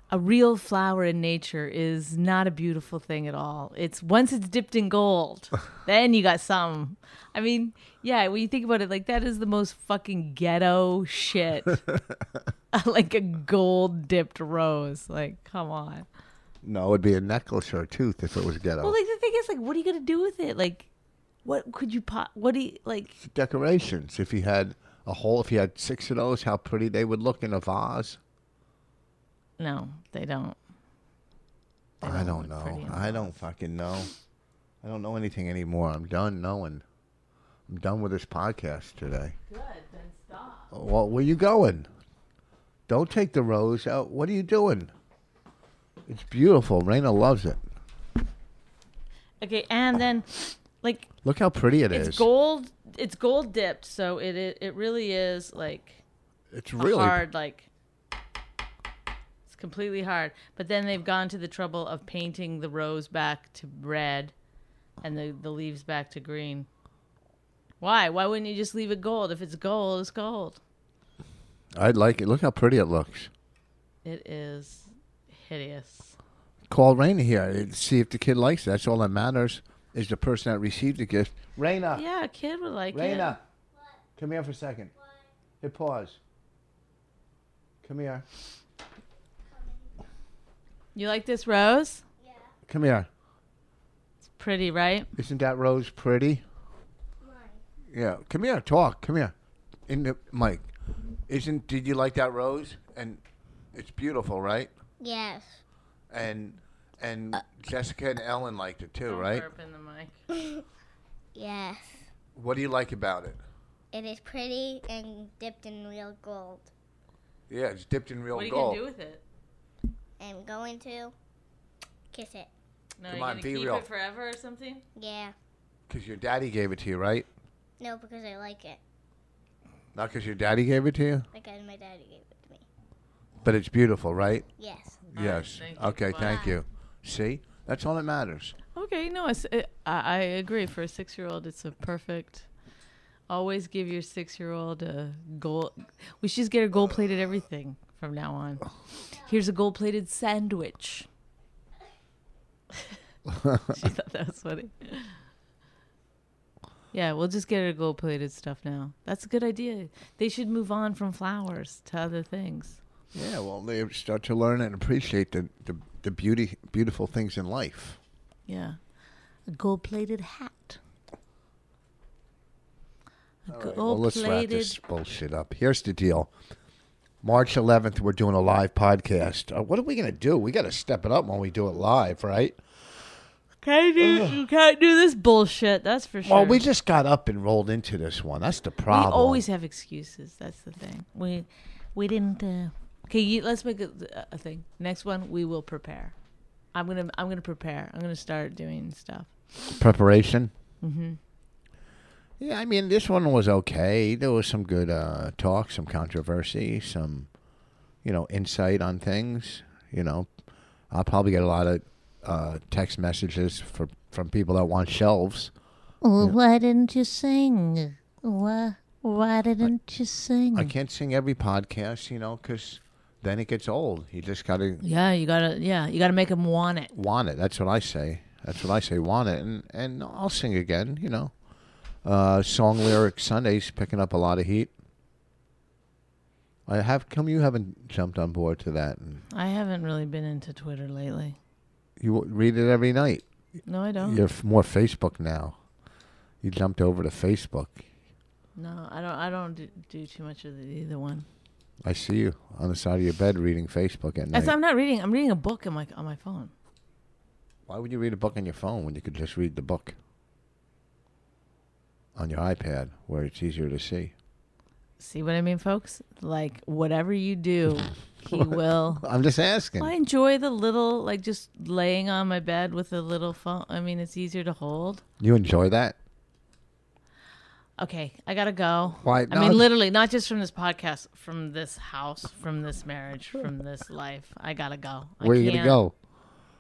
Speaker 4: a real flower in nature is not a beautiful thing at all. It's once it's dipped in gold, then you got some. I mean, yeah, when you think about it, like that is the most fucking ghetto shit. like a gold dipped rose. Like, come on.
Speaker 2: no, it'd be a necklace or a tooth if it was ghetto.
Speaker 4: Well, like the thing is, like, what are you gonna do with it? Like, what could you pop? What do you like?
Speaker 2: Decorations. If you had a whole, if you had six of those, how pretty they would look in a vase.
Speaker 4: No, they don't.
Speaker 2: I don't
Speaker 4: look pretty
Speaker 2: know.
Speaker 4: in a
Speaker 2: I don't fucking know. I don't know anything anymore. I'm done knowing. I'm done with this podcast today. Good, then stop. Well, where you going? Don't take the rose out. What are you doing? It's beautiful. Raina loves it.
Speaker 4: Okay, and then, like,
Speaker 2: Look how pretty it
Speaker 4: it's
Speaker 2: is.
Speaker 4: gold it's gold dipped so it it, it really is like
Speaker 2: It's
Speaker 4: a
Speaker 2: really
Speaker 4: hard like it's completely hard but then they've gone to the trouble of painting the rose back to red and the, the leaves back to green why why wouldn't you just leave it gold if it's gold it's gold
Speaker 2: I'd like it. Look how pretty it looks.
Speaker 4: it is hideous
Speaker 2: Call Raina here and see if the kid likes it. That's all that matters is the person that received the gift. Raina,
Speaker 4: yeah a kid would like it
Speaker 2: Raina, come here for a second. Hit pause. Come here.
Speaker 4: you like this rose
Speaker 2: Come here.
Speaker 4: it's pretty right
Speaker 2: Isn't that rose pretty? Yeah. Come here. Talk. Come here. In the mic. Isn't? Did you like that rose? And it's beautiful, right?
Speaker 5: Yes.
Speaker 2: And and Jessica and Ellen liked it too, right?
Speaker 4: Burp in the mic.
Speaker 5: Yes.
Speaker 2: What do you like about it?
Speaker 5: It is pretty and dipped in real gold.
Speaker 2: Yeah, it's dipped in real
Speaker 4: what are you
Speaker 2: gold.
Speaker 4: gonna do with it
Speaker 5: I'm going to kiss it.
Speaker 4: no,
Speaker 2: Come
Speaker 4: you're
Speaker 2: on,
Speaker 4: gonna
Speaker 2: be
Speaker 4: keep
Speaker 2: real.
Speaker 4: it forever or something
Speaker 5: Yeah.
Speaker 2: Because your daddy gave it to you, right?
Speaker 5: No, because I like it.
Speaker 2: Not because your daddy gave it to you,
Speaker 5: Because my daddy gave it to me.
Speaker 2: but it's beautiful, right?
Speaker 5: Yes.
Speaker 2: yes.
Speaker 4: thank you.
Speaker 2: okay. Thank you. See, that's all that matters.
Speaker 4: Okay, no, it's, it, I, I agree. For a six-year-old, it's a perfect. Always give your six-year-old a gold. We should just get a gold-plated everything from now on. Here's a gold-plated sandwich. she thought that was funny. Yeah, we'll just get her gold-plated stuff now. That's a good idea. They should move on from flowers to other things.
Speaker 2: Yeah, well, they start to learn and appreciate the, the, the beauty, beautiful things in life.
Speaker 4: Yeah, a gold-plated hat. A
Speaker 2: All right, well, let's wrap
Speaker 4: gold-plated
Speaker 2: this bullshit up. Here's the deal. March 11th, we're doing a live podcast. Uh, what are we going to do? We got to step it up when we do it live, right?
Speaker 4: Can't do, you can't do this bullshit. That's for sure.
Speaker 2: Well, we just got up and rolled into this one. That's the
Speaker 4: We
Speaker 2: problem.
Speaker 4: always have excuses. That's the thing. We we didn't. Uh... Okay, you, let's make a, a thing. Next one, we will prepare. I'm gonna I'm gonna prepare. I'm gonna start doing stuff.
Speaker 2: preparation. Mm-hmm. Yeah, I mean, this one was okay. There was some good uh, talk, some controversy, some, you know, insight on things. You know, I'll probably get a lot of uh, text messages for, from people that want shelves.
Speaker 4: Why didn't you sing? Why Why didn't you sing?
Speaker 2: I can't sing every podcast, you know, because then it gets old. You just got to
Speaker 4: yeah, you gotta. Yeah, you gotta make them want it.
Speaker 2: want it. That's what I say. That's what I say. Want it, and and I'll sing again. You know, uh, song lyric Sundays picking up a lot of heat. I have come. You haven't jumped on board to that. And
Speaker 4: I haven't really been into Twitter lately.
Speaker 2: you w- read it every night.
Speaker 4: No, I don't.
Speaker 2: You're f- more Facebook now. You jumped over to Facebook.
Speaker 4: No, I don't. I don't do, do too much of the, either one.
Speaker 2: I see you on the side of your bed reading Facebook at night.
Speaker 4: That's, I'm not reading. I'm reading a book on my on my phone.
Speaker 2: Why would you read a book on your phone when you could just read the book on your iPad, where it's easier to see?
Speaker 4: See what I mean, folks? Like whatever you do, he will.
Speaker 2: I'm just asking.
Speaker 4: I enjoy the little like just laying on my bed with a little phone. I mean, it's easier to hold.
Speaker 2: You enjoy that?
Speaker 4: Okay, I gotta go.
Speaker 2: Why
Speaker 4: I
Speaker 2: not?
Speaker 4: mean, literally, not just from this podcast, from this house, from this marriage, from this life. I gotta go. I
Speaker 2: Where are you gonna
Speaker 4: can't-
Speaker 2: go?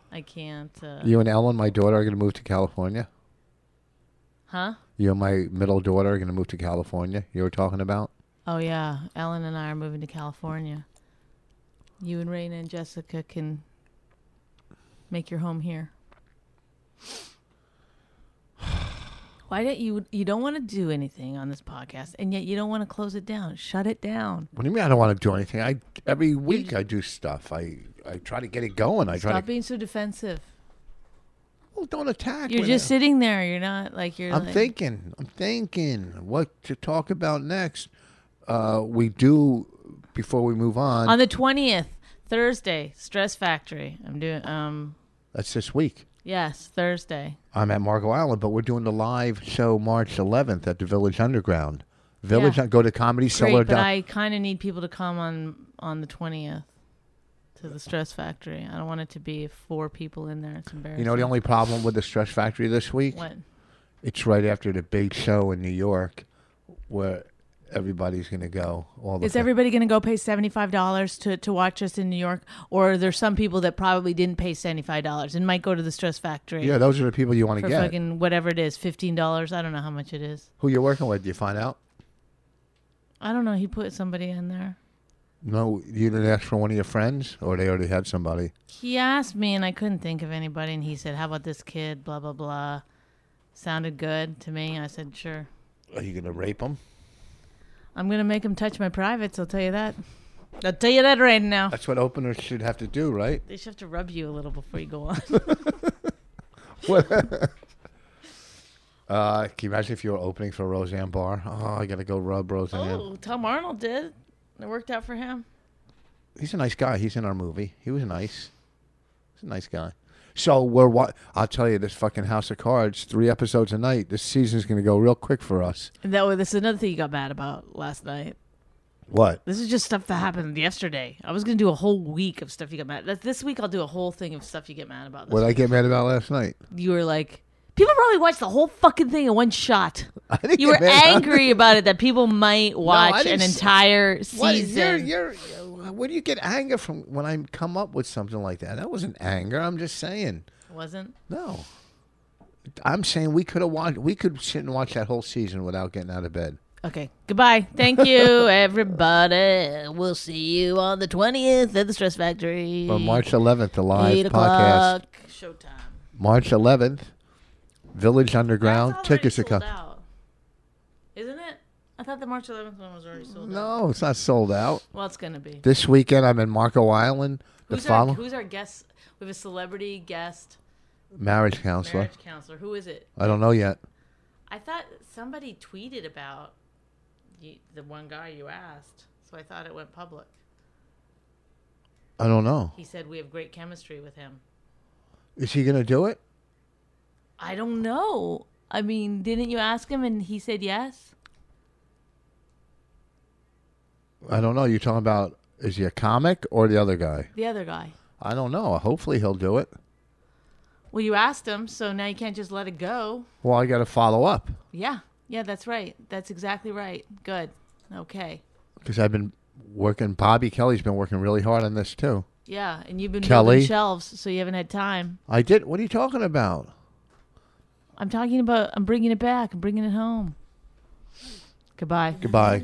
Speaker 4: I can't. Uh,
Speaker 2: You and Ellen, my daughter, are gonna move to California.
Speaker 4: Huh?
Speaker 2: You and my middle daughter are gonna move to California. You were talking about.
Speaker 4: Oh yeah, Ellen and I are moving to California. You and Raina and Jessica can make your home here. Why don't you? You don't want to do anything on this podcast, and yet you don't want to close it down. Shut it down.
Speaker 2: What do you mean? I don't want to do anything. I every week I do stuff. I I try to get it going. I try
Speaker 4: Stop
Speaker 2: to.
Speaker 4: being so defensive.
Speaker 2: Well, don't attack.
Speaker 4: You're
Speaker 2: with
Speaker 4: just
Speaker 2: it.
Speaker 4: sitting there. You're not like you're.
Speaker 2: I'm
Speaker 4: like,
Speaker 2: thinking. I'm thinking what to talk about next. Uh, we do before we move on.
Speaker 4: on the twentieth Thursday, Stress Factory. I'm doing. Um.
Speaker 2: that's this week.
Speaker 4: Yes, Thursday.
Speaker 2: I'm at Marco Island, but we're doing the live show March 11th at the Village Underground. Village,
Speaker 4: Yeah.
Speaker 2: go to Comedy
Speaker 4: Great,
Speaker 2: Cellar.
Speaker 4: but I kind of need people to come on on the twentieth to the Stress Factory. I don't want it to be four people in there. It's embarrassing.
Speaker 2: You know the only problem with the Stress Factory this week?
Speaker 4: what?
Speaker 2: It's right after the big show in New York, where everybody's going to go. All the
Speaker 4: Is everybody going to go pay seventy five dollars to to watch us in New York, or are there some people that probably didn't pay seventy five dollars and might go to the Stress Factory
Speaker 2: yeah, those are the people you want to
Speaker 4: for
Speaker 2: get.
Speaker 4: fucking whatever it is, fifteen dollars? I don't know how much it is.
Speaker 2: Who you're working with? Do you find out?
Speaker 4: I don't know. He put somebody in there.
Speaker 2: No, you didn't ask for one of your friends, or they already had somebody.
Speaker 4: He asked me, and I couldn't think of anybody. And he said, "How about this kid?" Blah blah blah. Sounded good to me. I said, "Sure."
Speaker 2: Are you going to rape them?
Speaker 4: I'm gonna make him touch my privates. I'll tell you that. I'll tell you that right now.
Speaker 2: That's what openers should have to do, right?
Speaker 4: They should have to rub you a little before you go on.
Speaker 2: Uh, can you imagine if you were opening for Roseanne Barr? Oh, I got to go rub Roseanne.
Speaker 4: oh, Tom Arnold did. It worked out for him.
Speaker 2: he's a nice guy. He's in our movie. He was nice. He's a nice guy. So we're what I'll tell you. This fucking House of Cards, three episodes a night. This season's gonna go real quick for us.
Speaker 4: And that way, this is another thing you got mad about last night.
Speaker 2: What?
Speaker 4: This is just stuff that happened yesterday. I was gonna do a whole week of stuff you got mad. That- This week I'll do a whole thing of stuff you get mad about. This
Speaker 2: What I
Speaker 4: week.
Speaker 2: get mad about last night?
Speaker 4: you were like, people probably watched the whole fucking thing in one shot.
Speaker 2: I didn't
Speaker 4: You
Speaker 2: get
Speaker 4: were
Speaker 2: mad about-
Speaker 4: angry about it that people might watch an
Speaker 2: didn't s-
Speaker 4: entire
Speaker 2: What? You're,
Speaker 4: season.
Speaker 2: you're, where do you get anger from when I come up with something like that? That wasn't anger. I'm just saying.
Speaker 4: Wasn't
Speaker 2: No. I'm saying we could have watched. We could sit and watch that whole season without getting out of bed.
Speaker 4: Okay. Goodbye. Thank you, everybody. We'll see you on the 20th at the Stress Factory.
Speaker 2: On March 11th, the live
Speaker 4: 8
Speaker 2: podcast.
Speaker 4: o'clock. Showtime.
Speaker 2: March 11th, Village Underground.
Speaker 4: That's already
Speaker 2: Tickets are
Speaker 4: sold
Speaker 2: coming.
Speaker 4: out. Isn't it? I thought the March 11th one was already sold out.
Speaker 2: No, it's not sold out.
Speaker 4: Well, it's going to be.
Speaker 2: This weekend, I'm in Marco Island. The
Speaker 4: Who's our,
Speaker 2: follow
Speaker 4: who's our guest? We have a celebrity guest
Speaker 2: marriage counselor.
Speaker 4: marriage counselor. Who is it?
Speaker 2: I don't know yet.
Speaker 4: I thought somebody tweeted about you, the one guy you asked, so I thought it went public.
Speaker 2: I don't know.
Speaker 4: He said we have great chemistry with him.
Speaker 2: Is he gonna do it?
Speaker 4: I don't know. I mean, didn't you ask him and he said yes?
Speaker 2: I don't know. You're talking about is he a comic or the other guy?
Speaker 4: The other guy.
Speaker 2: I don't know. Hopefully he'll do it.
Speaker 4: Well, you asked him, so now you can't just let it go.
Speaker 2: Well, I got to follow up
Speaker 4: Yeah. Yeah, that's right. That's exactly right. Good. Okay.
Speaker 2: because I've been working. Bobby Kelly's been working really hard on this too.
Speaker 4: Yeah, and you've been
Speaker 2: Kelly?
Speaker 4: building shelves, so you haven't had time.
Speaker 2: I did. What are you talking about?
Speaker 4: I'm talking about. I'm bringing it back. I'm bringing it home. Goodbye.
Speaker 2: Goodbye.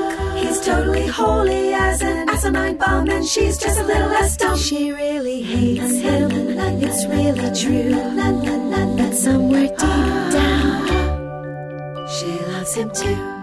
Speaker 3: He's totally holy as an asinine bomb, and she's just a little less dumb. She really hates him, it's really true. But somewhere deep down, she loves him too.